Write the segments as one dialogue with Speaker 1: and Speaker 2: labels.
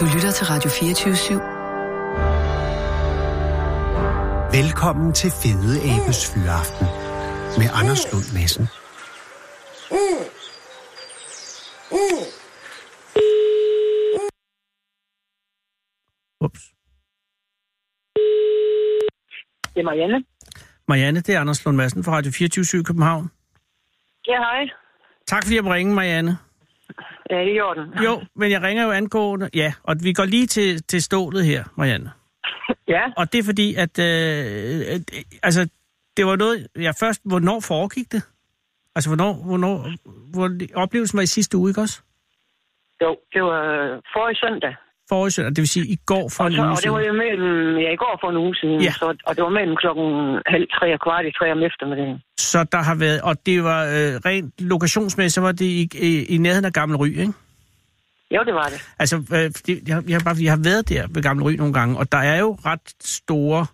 Speaker 1: Du lytter til Radio 24 /7.
Speaker 2: Velkommen til Fede Abes Fyraften med Anders Lund Madsen.
Speaker 3: Ups.
Speaker 4: Det er Marianne.
Speaker 3: Marianne, det er Anders Lund Madsen fra Radio 24 København.
Speaker 4: Ja, hej.
Speaker 3: Tak fordi jeg må ringe, Marianne.
Speaker 4: Ja, det er i orden.
Speaker 3: Jo, men jeg ringer jo angående... Ja, og vi går lige til, til stålet her, Marianne.
Speaker 4: Ja,
Speaker 3: Og det er fordi, at... Øh, at øh, altså, det var noget... Ja, først, hvornår foregik det? Altså, hvornår... hvornår hvor, oplevelsen var i sidste uge, ikke også?
Speaker 4: jo, det var øh, forrige søndag.
Speaker 3: Forrige søndag, det vil sige i går for
Speaker 4: Og,
Speaker 3: en
Speaker 4: så,
Speaker 3: uge
Speaker 4: og det var
Speaker 3: siden.
Speaker 4: jo mellem, ja, i går for en uge siden,
Speaker 3: Ja.
Speaker 4: så, og det var mellem klokken halv tre og kvart i tre om eftermiddagen.
Speaker 3: Så der har været... Og det var øh, rent lokationsmæssigt, så var det i, i, i nærheden af Gammel Ry, ikke?
Speaker 4: Jo, det var det.
Speaker 3: Altså, øh, det- jeg, jeg, bare, fordi jeg har været der ved Gamle Ry nogle gange, og der er jo ret store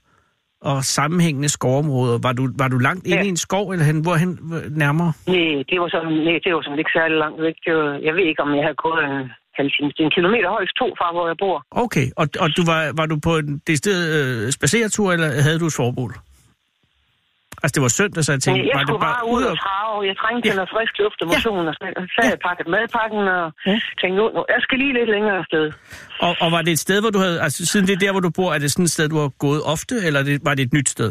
Speaker 3: og sammenhængende skovområder. Var du, var du langt inde
Speaker 4: Ja.
Speaker 3: i en skov, eller hen, hvorhen hvor- nærmere?
Speaker 4: Nej, det var sådan, nej, det var sådan ikke særlig langt væk. Det var, jeg ved ikke, om jeg havde gået en halv time, det er en kilometer højst to fra, hvor jeg bor.
Speaker 3: Okay, og, og du var, var du på en decideret øh, spaceretur, eller havde du et forbud? Altså, det var søndag, så jeg tænkte,
Speaker 4: Nej, jeg
Speaker 3: var du
Speaker 4: skulle bare ud og
Speaker 3: og...
Speaker 4: trave, jeg trængte
Speaker 3: Ja.
Speaker 4: til noget frisk luft og
Speaker 3: Ja.
Speaker 4: motion, og så så havde jeg pakket madpakken og
Speaker 3: Ja.
Speaker 4: tænkte, nu, nu, jeg skal lige lidt længere afsted.
Speaker 3: og, og var det et sted, hvor du havde... Altså, siden det er der, hvor du bor, er det sådan et sted, du har gået ofte, eller er det, var det et nyt sted?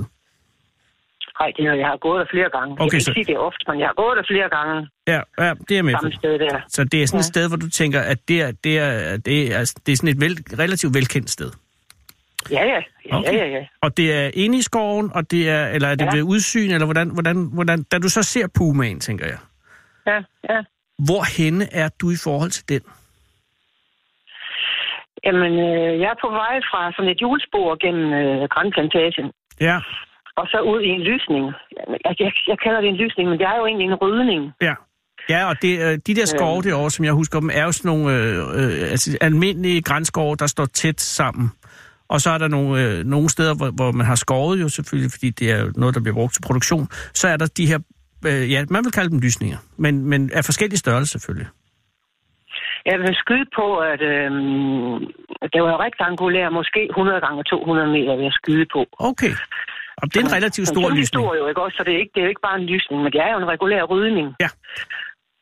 Speaker 4: Nej, det er, jeg har gået der flere gange. jeg
Speaker 3: Okay,
Speaker 4: kan
Speaker 3: så-
Speaker 4: ikke sige det ofte, men jeg har gået der flere gange
Speaker 3: Ja, ja det er jeg med på.
Speaker 4: samme sted der.
Speaker 3: Så det er sådan et
Speaker 4: Ja.
Speaker 3: sted, hvor du tænker, at det er, det er, det er, altså, det er sådan et vel, relativt velkendt sted.
Speaker 4: Ja, ja. Ja,
Speaker 3: Okay.
Speaker 4: okay. ja, ja.
Speaker 3: Og det er inde i skoven, og det er, eller er det ja.
Speaker 4: Ja.
Speaker 3: ved udsyn, eller hvordan, hvordan, hvordan, da du så ser pumaen, tænker jeg,
Speaker 4: ja, ja.
Speaker 3: hvor henne er du i forhold til den?
Speaker 4: Jamen, øh, jeg er på vej fra sådan et julespor gennem øh, Grandplantagen,
Speaker 3: Ja,
Speaker 4: og så ud i en lysning. Jeg, jeg, jeg kalder det en lysning, men det er jo egentlig en rydning.
Speaker 3: ja. Ja, og det, øh, de der skove derovre, som jeg husker dem, er jo sådan nogle øh, øh, altså almindelige grænskove, der står tæt sammen. Og så er der nogle, øh, nogle steder, hvor, hvor man har skovet jo selvfølgelig, fordi det er jo noget, der bliver brugt til produktion. Så er der de her, øh, ja, man vil kalde dem lysninger, men, men af forskellige størrelser selvfølgelig.
Speaker 4: Jeg vil skyde på, at øh, det var rektangulær, måske 100 gange 200 meter, vil jeg skyde på.
Speaker 3: Okay. Og det er en relativt stor lysning.
Speaker 4: Det er jo ikke også, så det er, ikke, det er jo ikke bare en lysning, men det er jo en regulær rydning.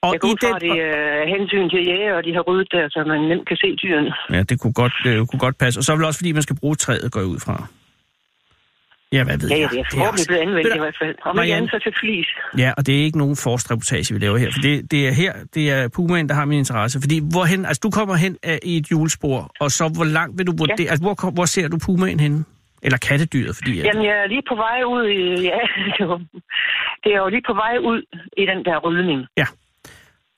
Speaker 3: Og
Speaker 4: Jeg går
Speaker 3: i
Speaker 4: ud fra, at
Speaker 3: den,
Speaker 4: det er hensyn til jæger, og de har ryddet der, så man nemt kan se dyrene.
Speaker 3: Ja, det kunne godt, det kunne godt passe. Og så er det vel også, fordi man skal bruge træet, går jeg ud fra. Ja, hvad ved
Speaker 4: Ja, ja,
Speaker 3: jeg?
Speaker 4: det er
Speaker 3: også-
Speaker 4: forhåbentlig blevet anvendt
Speaker 3: Ved
Speaker 4: i
Speaker 3: du-
Speaker 4: hvert fald. Og man
Speaker 3: Marianne-
Speaker 4: andet så til flis.
Speaker 3: Ja, og det er ikke nogen forstreportage, vi laver her. For det, det er her, det er Pumaen, der har min interesse. Fordi hvorhen, altså du kommer hen af, i et julespor, og så hvor langt vil du vurdere, ja. altså hvor, kom- hvor ser du Pumaen henne? Eller kattedyret, fordi... at-
Speaker 4: Jamen, jeg er lige på vej ud i... Ja, det er jo- det er jo lige på vej ud i den der rydning.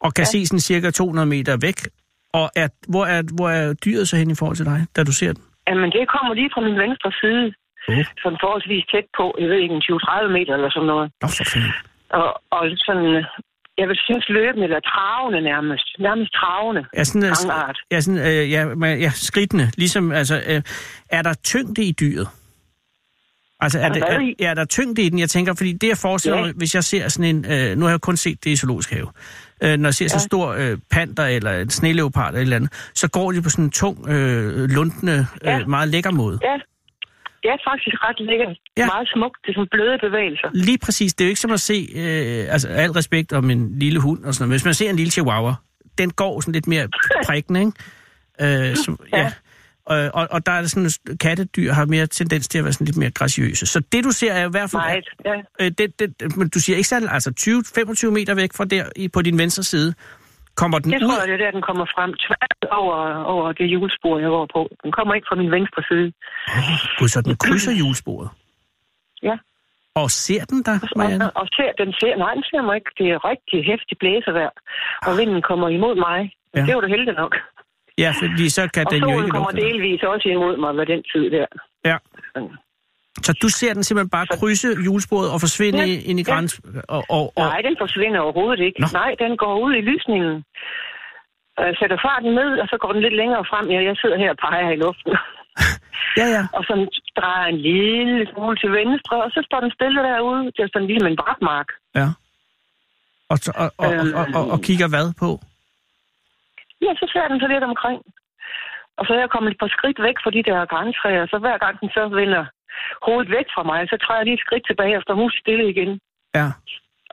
Speaker 3: og kan ja. se sådan cirka 200 meter væk. Og er, hvor, er, hvor er dyret så hen i forhold til dig, da du ser den?
Speaker 4: Jamen, det kommer lige fra min venstre side,
Speaker 3: Åh,
Speaker 4: sådan forholdsvis tæt på, jeg ved ikke, en 20-30 meter eller sådan noget.
Speaker 3: oh, for fanden.
Speaker 4: Og, og sådan, jeg vil synes løbende, eller travende nærmest. Nærmest travende.
Speaker 3: Er sådan, øh,
Speaker 4: Gangart.
Speaker 3: ja, sådan, øh, ja, men, ja, skridtene, ligesom, altså, øh, er der tyngde i dyret? Altså, er,
Speaker 4: Er der
Speaker 3: det,
Speaker 4: hvad
Speaker 3: er,
Speaker 4: i?
Speaker 3: ja, er der tyngde i den? Jeg tænker, fordi det jeg forestiller
Speaker 4: Ja.
Speaker 3: mig, hvis jeg ser sådan en, øh, nu har jeg kun set det i zoologisk have, øh, når jeg ser ja. så stor øh, panter eller en sneleopard eller et eller andet, så går de på sådan en tung, øh, lundende,
Speaker 4: Ja.
Speaker 3: øh, meget lækker måde.
Speaker 4: Ja, det er faktisk ret lækkert.
Speaker 3: Ja.
Speaker 4: Ja. Meget smukt. Det er sådan bløde bevægelser.
Speaker 3: Lige præcis, det er jo ikke som at se, øh, altså al respekt om en lille hund og sådan noget, men hvis man ser en lille chihuahua, den går sådan lidt mere prikkende, ikke? Øh, så, ja. Og, og, og der er det sådan, at kattedyr har mere tendens til at være sådan lidt mere graciøse. Så det, du ser, er i hvert fald...
Speaker 4: Meget. Ja.
Speaker 3: Øh, det, det, men du siger ikke særlig, altså 20-25 meter væk fra der i- på din venstre side, kommer den
Speaker 4: Jeg
Speaker 3: ud...
Speaker 4: tror, det er der, den kommer frem tvært over, over det julespor, jeg går på. Den kommer ikke fra min venstre side.
Speaker 3: Gud, så den krydser hjulsporet.
Speaker 4: Ja.
Speaker 3: Og ser den der, Marianne?
Speaker 4: Og, og ser, den ser, nej, den ser mig ikke. Det er rigtig hæftig blæsevejr, og vinden kommer imod mig.
Speaker 3: Ja.
Speaker 4: Ja. Det var du heldig nok.
Speaker 3: Ja, fordi så kan
Speaker 4: og
Speaker 3: den jo ikke
Speaker 4: solen kommer
Speaker 3: lugte dig.
Speaker 4: delvis også imod mig ved den tid der.
Speaker 3: Ja.
Speaker 4: Sådan.
Speaker 3: Så du ser den simpelthen bare krydse hjulsporet og forsvinde
Speaker 4: Ja,
Speaker 3: ja, ind i
Speaker 4: ja.
Speaker 3: græns... Og, og, og,
Speaker 4: Nej, den forsvinder overhovedet ikke.
Speaker 3: Nå.
Speaker 4: Nej, den går ud i lysningen. Jeg sætter farten ned, og så går den lidt længere frem. Ja, jeg sidder her og peger i luften.
Speaker 3: ja, ja.
Speaker 4: Og så drejer en lille smule til venstre, og så står den stille derude. Det er sådan ligesom en brakmark.
Speaker 3: ja. Og, så- og,
Speaker 4: Øh.
Speaker 3: og, og, og, og, og kigger hvad på?
Speaker 4: Ja, så ser den så lidt omkring. Og så er jeg kommet et par skridt væk fra de der græntræer, så hver gang den så vender hovedet væk fra mig, så træder jeg lige et skridt tilbage og står mus stille igen.
Speaker 3: Ja.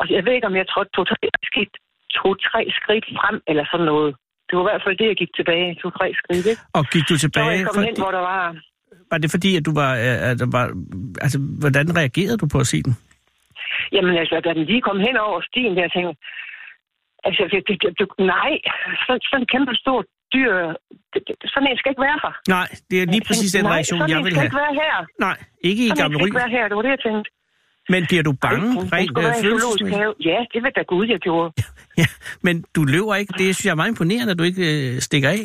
Speaker 4: Og jeg ved ikke, om jeg trådte to-tre skridt, to-tre skridt frem eller sådan noget. Det var i hvert fald det, jeg gik tilbage, to-tre skridt, ikke?
Speaker 3: Og gik du
Speaker 4: Så var jeg
Speaker 3: tilbage?
Speaker 4: kommet
Speaker 3: fordi-
Speaker 4: hen, hvor der var...
Speaker 3: Var det fordi, at du var, øh, at der var... Altså, hvordan reagerede du på at se den?
Speaker 4: Jamen altså, da den lige kom hen over stien, der tænkte altså, det, det, det, det, nej, sådan, sådan en kæmpe stor dyr, det, det, sådan en skal ikke være her.
Speaker 3: Nej, det er lige præcis den
Speaker 4: Øh, Nej,
Speaker 3: reaktion,
Speaker 4: sådan
Speaker 3: jeg
Speaker 4: en
Speaker 3: vil
Speaker 4: skal
Speaker 3: have.
Speaker 4: ikke være her.
Speaker 3: Nej, ikke i
Speaker 4: Sådan en
Speaker 3: Gamle
Speaker 4: skal
Speaker 3: Ry.
Speaker 4: ikke være her, det var det, jeg tænkte.
Speaker 3: Men bliver du
Speaker 4: Den-
Speaker 3: bange
Speaker 4: den
Speaker 3: rent
Speaker 4: skulle
Speaker 3: øh,
Speaker 4: være i zoologisk
Speaker 3: følelsesmæssigt?
Speaker 4: have. Ja, det ved da Gud, jeg gjorde.
Speaker 3: Ja, men du løber ikke. Det synes jeg er meget imponerende, at du ikke øh, stikker af.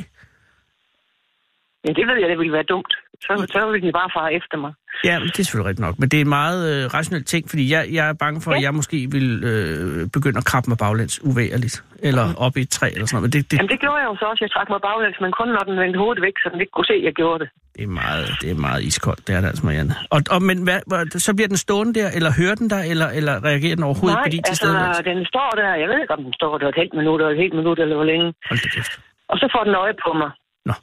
Speaker 4: Men det ved jeg, det ville være dumt. Så, så ville den bare fare efter mig.
Speaker 3: Ja, men det er selvfølgelig rigtigt nok. Men det er en meget øh, rationel ting, fordi jeg, jeg er bange for, at jeg måske vil øh, begynde at krabbe mig baglæns uværligt. Eller op i et træ eller sådan noget. Men det, det,
Speaker 4: Mhm. Jamen det gjorde jeg jo så også. Jeg trak mig baglæns, men kun når den vendte hovedet væk, så den ikke kunne se, at jeg gjorde det.
Speaker 3: det, er, meget, det er meget iskoldt, det er det altså, Marianne. Og, og men hvad, hvad, så bliver den stående der, eller hører den der, eller, eller reagerer den overhovedet
Speaker 4: Nej,
Speaker 3: ikke, fordi til
Speaker 4: altså,
Speaker 3: stede
Speaker 4: den står der. Jeg ved ikke, om den står der et halvt minut, eller et helt minut, eller hvor længe.
Speaker 3: Hold da kæft.
Speaker 4: Og så får den øje på mig.
Speaker 3: Nå.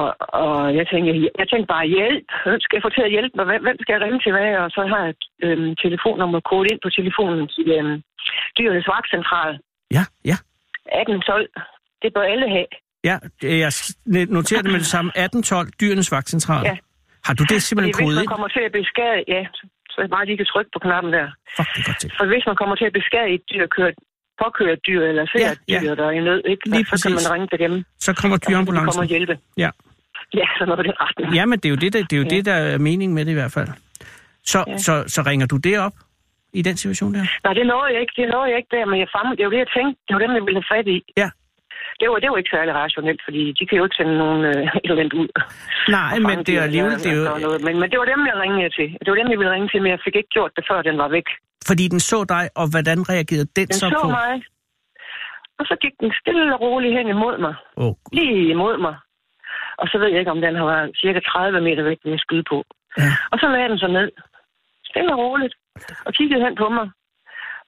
Speaker 4: Og, og jeg, tænker, jeg tænkte bare, hjælp. Hvem skal jeg få til at hjælpe mig? Hvem, hvem skal jeg ringe til hvad? Og så har jeg et øhm, telefonnummer kodet ind på telefonen til øhm, dyrenes vagtcentral.
Speaker 3: Ja, ja.
Speaker 4: 1812. Det bør alle have.
Speaker 3: Ja, øh, jeg s- noterer det med det samme. 1812, Dyrenes Vagtcentral.
Speaker 4: Ja.
Speaker 3: Har du det
Speaker 4: Fordi
Speaker 3: simpelthen
Speaker 4: hvis
Speaker 3: kodet
Speaker 4: man
Speaker 3: ind?
Speaker 4: kommer til at beskade, ja, så- så er det bare lige kan trykke på knappen der.
Speaker 3: Fuck, det er godt tænkt.
Speaker 4: For hvis man kommer til at beskade et dyr, køre, påkøre et dyr eller ser
Speaker 3: Ja,
Speaker 4: ja, et dyr,
Speaker 3: ja.
Speaker 4: der er i nød, ikke?
Speaker 3: Lige
Speaker 4: så kan
Speaker 3: præcis.
Speaker 4: man ringe til dem,
Speaker 3: Så kommer
Speaker 4: og de kommer
Speaker 3: dyreambulancen.
Speaker 4: og hjælpe.
Speaker 3: Ja.
Speaker 4: Ja, så noget af det retten.
Speaker 3: ja, men det er jo det, der, det er jo det, der er mening med det i hvert fald. Så, ja. så, så ringer du det op i den situation der?
Speaker 4: Nej, det nåede jeg ikke. Det nåede jeg ikke der, men jeg famlede. Det var det, jeg tænkte. Det var dem, jeg ville have fat i.
Speaker 3: Ja.
Speaker 4: Det var, det var ikke særlig rationelt, fordi de kan jo ikke sende nogen øh, et eller andet ud.
Speaker 3: Nej, men det er alligevel... Det er jo,
Speaker 4: noget. Men, men det var dem, jeg ringede til. Det var dem, jeg ville ringe til, men jeg fik ikke gjort det, før den var væk.
Speaker 3: fordi den så dig, og hvordan reagerede den,
Speaker 4: Den så,
Speaker 3: så
Speaker 4: så
Speaker 3: på...
Speaker 4: mig, og så gik den stille og roligt hen imod mig.
Speaker 3: Oh,
Speaker 4: Lige imod mig. Og så ved jeg ikke, om den har været cirka 30 meter væk, den jeg skyde på.
Speaker 3: ja.
Speaker 4: Og så lagde den sig ned. Stille og roligt. Og kiggede hen på mig.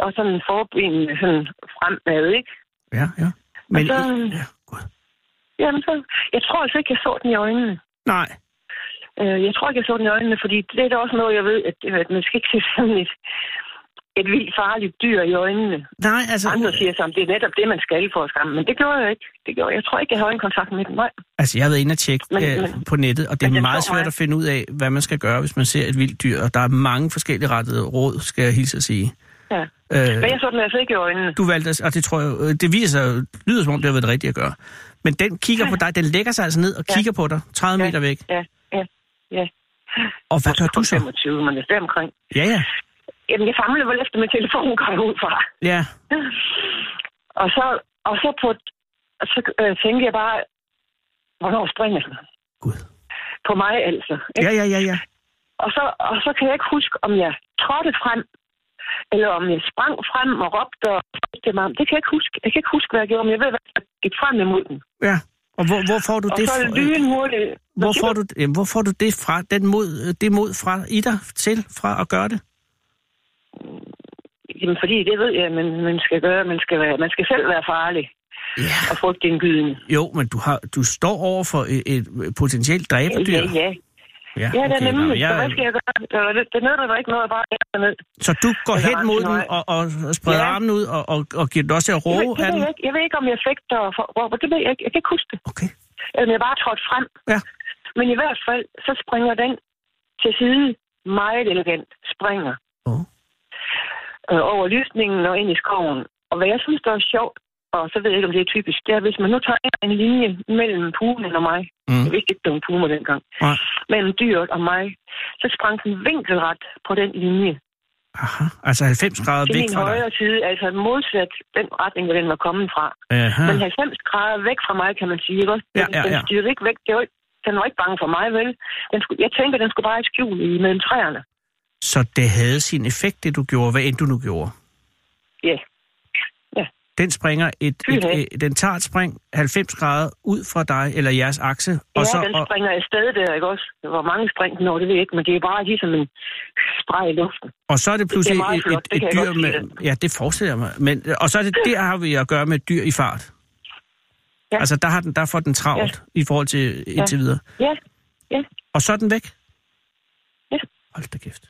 Speaker 4: Og sådan forbenene sådan fremad, ikke?
Speaker 3: ja, ja. Men,
Speaker 4: Og så-
Speaker 3: ja, Gud.
Speaker 4: Jamen, så, jeg tror altså ikke, jeg så den i øjnene.
Speaker 3: Nej,
Speaker 4: Øh, Jeg tror ikke, jeg så den i øjnene, fordi det er da også noget, jeg ved, at, at man skal ikke se sådan et, et vildt farligt dyr i øjnene.
Speaker 3: nej, altså...
Speaker 4: Andre siger sammen, det er netop det, man skal for at skamme, men det gjorde jeg ikke. Det gjorde jeg. jeg tror ikke, jeg havde en kontakt med den. Nej.
Speaker 3: Altså, jeg har været inde og tjekke
Speaker 4: Men-
Speaker 3: øh,
Speaker 4: men-
Speaker 3: på nettet, og det
Speaker 4: men
Speaker 3: er
Speaker 4: den
Speaker 3: meget
Speaker 4: så mig.
Speaker 3: svært at finde ud af, hvad man skal gøre, hvis man ser et vildt dyr. Og der er mange forskellige rettede råd, skal jeg hilse at sige.
Speaker 4: Ja.
Speaker 3: Øh,
Speaker 4: Men jeg så den altså ikke i øjnene.
Speaker 3: du valgte, at- og det tror jeg, øh, det viser sig, jo- lyder som om, det har været det rigtige at gøre. Men den kigger på dig, den lægger sig altså ned og
Speaker 4: Ja.
Speaker 3: kigger på dig, 30
Speaker 4: Ja.
Speaker 3: meter væk.
Speaker 4: Ja, ja, ja.
Speaker 3: Og hvad gør du
Speaker 4: Kun
Speaker 3: så?
Speaker 4: 25, men det er deromkring.
Speaker 3: Ja, ja.
Speaker 4: Jamen, jeg famlede vel efter min telefon, går jeg ud fra.
Speaker 3: Ja,
Speaker 4: Og så, og så, på, og så øh, tænkte jeg bare, hvornår springer den?
Speaker 3: gud.
Speaker 4: På mig altså. ikke?
Speaker 3: Ja, ja, ja, ja.
Speaker 4: Og så, og så kan jeg ikke huske, om jeg trådte frem, eller om jeg sprang frem og råbte og råbte mig. om. Det kan jeg ikke huske. Jeg kan ikke huske, hvad jeg gjorde, men jeg ved, hvad jeg gik frem imod den.
Speaker 3: ja. Og hvor, hvor får du
Speaker 4: Og
Speaker 3: det
Speaker 4: så
Speaker 3: fra? øh,
Speaker 4: lynhurtigt.
Speaker 3: Hvor får, du, jamen, hvor får du det fra, den mod, øh, det mod fra i dig til, fra at gøre det?
Speaker 4: Jamen, fordi det ved jeg, man, man skal gøre. Man skal, være, man skal selv være farlig
Speaker 3: Ja.
Speaker 4: og frygtindgydende.
Speaker 3: Jo, men du, har, du står over for et, et potentielt
Speaker 4: Ja,
Speaker 3: dræberdyr.
Speaker 4: ja, ja. Ja, det er
Speaker 3: okay, nå,
Speaker 4: nemlig.
Speaker 3: men
Speaker 4: Så hvad
Speaker 3: jeg,
Speaker 4: skal jeg gøre? Det, det, det nytter da ikke noget, at bare lægge mig ned.
Speaker 3: så du går
Speaker 4: Eller
Speaker 3: hen mod
Speaker 4: Arsenal.
Speaker 3: den og, og spreder
Speaker 4: Ja.
Speaker 3: armen ud og, og, og giver den også til at
Speaker 4: Jeg ved,
Speaker 3: råbe
Speaker 4: det
Speaker 3: af
Speaker 4: ved
Speaker 3: den?
Speaker 4: jeg, ikke. jeg ved ikke, om jeg fik der og råber. Det ved jeg ikke. Jeg kan ikke huske det.
Speaker 3: Okay.
Speaker 4: Eller jeg bare trådte frem.
Speaker 3: Ja.
Speaker 4: Men i hvert fald, så springer den til side meget elegant. Springer
Speaker 3: Oh.
Speaker 4: øh, over lysningen og ind i skoven. Og hvad jeg synes, der er sjovt, og så ved jeg ikke, om det er typisk, det er, hvis man nu tager en linje mellem pumen og mig.
Speaker 3: Mm.
Speaker 4: Jeg vidste ikke, det var en puma dengang.
Speaker 3: Nej.
Speaker 4: Mellem dyret og mig. Så sprang den vinkelret på den linje.
Speaker 3: Aha. Altså 90 grader
Speaker 4: Til
Speaker 3: væk
Speaker 4: min
Speaker 3: fra dig.
Speaker 4: højre side, altså modsat den retning, hvor den var kommet fra.
Speaker 3: Aha.
Speaker 4: Men 90 grader væk fra mig, kan man sige. Ikke? også?
Speaker 3: Ja,
Speaker 4: Den,
Speaker 3: ja, ja.
Speaker 4: den styrede ikke væk. Det var ikke, den var ikke bange for mig, vel? Den skulle, jeg tænker, den skulle bare i skjul i mellem træerne.
Speaker 3: Så det havde sin effekt, det du gjorde, hvad end du nu gjorde.
Speaker 4: Ja.
Speaker 3: Den springer et,
Speaker 4: Fy
Speaker 3: et,
Speaker 4: da.
Speaker 3: et, den tager et spring 90 grader ud fra dig eller jeres akse,
Speaker 4: Ja,
Speaker 3: og så
Speaker 4: den
Speaker 3: og,
Speaker 4: springer afsted der, ikke også? Hvor mange spring den over, det ved jeg ikke, men det er bare ligesom en streg i luften.
Speaker 3: Og så er det pludselig
Speaker 4: meget
Speaker 3: et,
Speaker 4: flot,
Speaker 3: et,
Speaker 4: det
Speaker 3: et
Speaker 4: kan jeg
Speaker 3: dyr
Speaker 4: godt
Speaker 3: med...
Speaker 4: lide.
Speaker 3: Ja, det forestiller jeg mig. Men, og så er det der, har vi at gøre med et dyr i fart. Ja. Altså, der, har den, der får den travlt ja. i forhold til indtil videre.
Speaker 4: Ja, ja.
Speaker 3: Og så er den væk?
Speaker 4: Ja.
Speaker 3: Hold da kæft.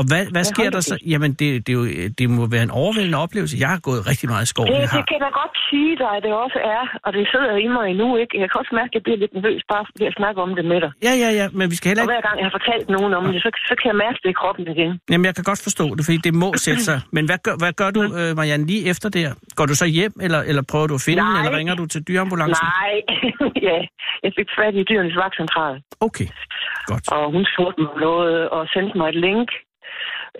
Speaker 3: Og hvad, hvad sker
Speaker 4: hold
Speaker 3: der
Speaker 4: da
Speaker 3: så? Jamen, det, det, er jo, det må være en overvældende oplevelse. Jeg har gået rigtig meget i skoven.
Speaker 4: Det,
Speaker 3: Jeg har,
Speaker 4: det kan jeg da godt sige dig, at det også er, og det sidder i mig endnu, ikke? Jeg kan også mærke, at jeg bliver lidt nervøs bare ved at snakke om det med dig.
Speaker 3: ja, ja, ja, men vi skal heller
Speaker 4: Og
Speaker 3: ikke...
Speaker 4: hver gang jeg har fortalt nogen om det, så, så kan jeg mærke det i kroppen igen.
Speaker 3: Jamen, jeg kan godt forstå det, fordi det må sætte sig. Men hvad gør, hvad gør du, øh, Marianne, lige efter det her? Går du så hjem, eller, eller prøver du at finde den,
Speaker 4: Nej.
Speaker 3: eller ringer du til dyreambulancen?
Speaker 4: Nej, ja. Jeg fik fat i dyrenes vagtcentral,
Speaker 3: Okay, godt.
Speaker 4: og hun spurgte mig om noget og sendte mig et link,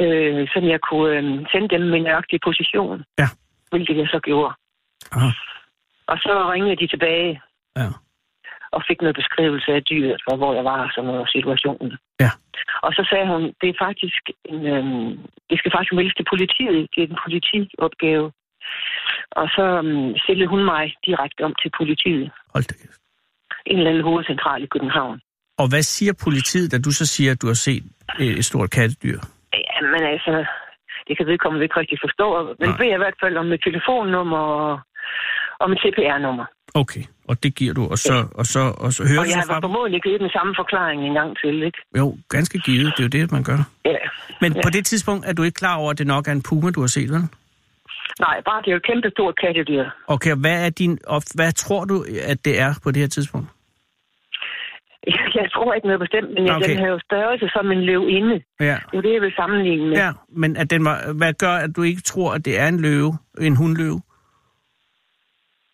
Speaker 4: øh, så jeg kunne øh, sende dem min nøjagtige position.
Speaker 3: Ja.
Speaker 4: Hvilket jeg så gjorde.
Speaker 3: Aha.
Speaker 4: Og så ringede de tilbage
Speaker 3: Ja.
Speaker 4: og fik noget beskrivelse af dyret, og hvor jeg var, og sådan noget, og situationen.
Speaker 3: Ja.
Speaker 4: Og så sagde hun, det er faktisk en, øhm, det skal faktisk meldes til politiet, det er en politiopgave. Og så øhm, stillede hun mig direkte om til politiet,
Speaker 3: Hold da kæft.
Speaker 4: en eller anden hovedcentral i København.
Speaker 3: Og hvad siger politiet, da du så siger, at du har set øh, et stort kattedyr?
Speaker 4: Ja, men altså, det kan vedkommende ikke rigtig forstå, men
Speaker 3: Nej.
Speaker 4: beder jeg i hvert fald om et telefonnummer og om et CPR-nummer.
Speaker 3: Okay, og det giver du, og så, og så, og så hører
Speaker 4: Og
Speaker 3: du
Speaker 4: jeg
Speaker 3: så
Speaker 4: har
Speaker 3: fra dem?
Speaker 4: formodentlig givet den samme forklaring en gang til, ikke?
Speaker 3: Jo, ganske givet, det er jo det, man gør.
Speaker 4: Ja.
Speaker 3: Men ja. på det tidspunkt er du ikke klar over, at det nok er en puma, du har set, vel?
Speaker 4: Nej, bare det er jo et kæmpe stort kattedyr.
Speaker 3: Okay, og hvad, er din op... hvad tror du, at det er på det her tidspunkt?
Speaker 4: Jeg tror ikke noget bestemt, men
Speaker 3: Okay.
Speaker 4: okay. den havde jo størrelse som en løvinde.
Speaker 3: Ja.
Speaker 4: Det er det, jeg vil sammenligne med. Ja.
Speaker 3: Ja, men at den var, hvad gør, at du ikke tror, at det er en løve, en hundløve?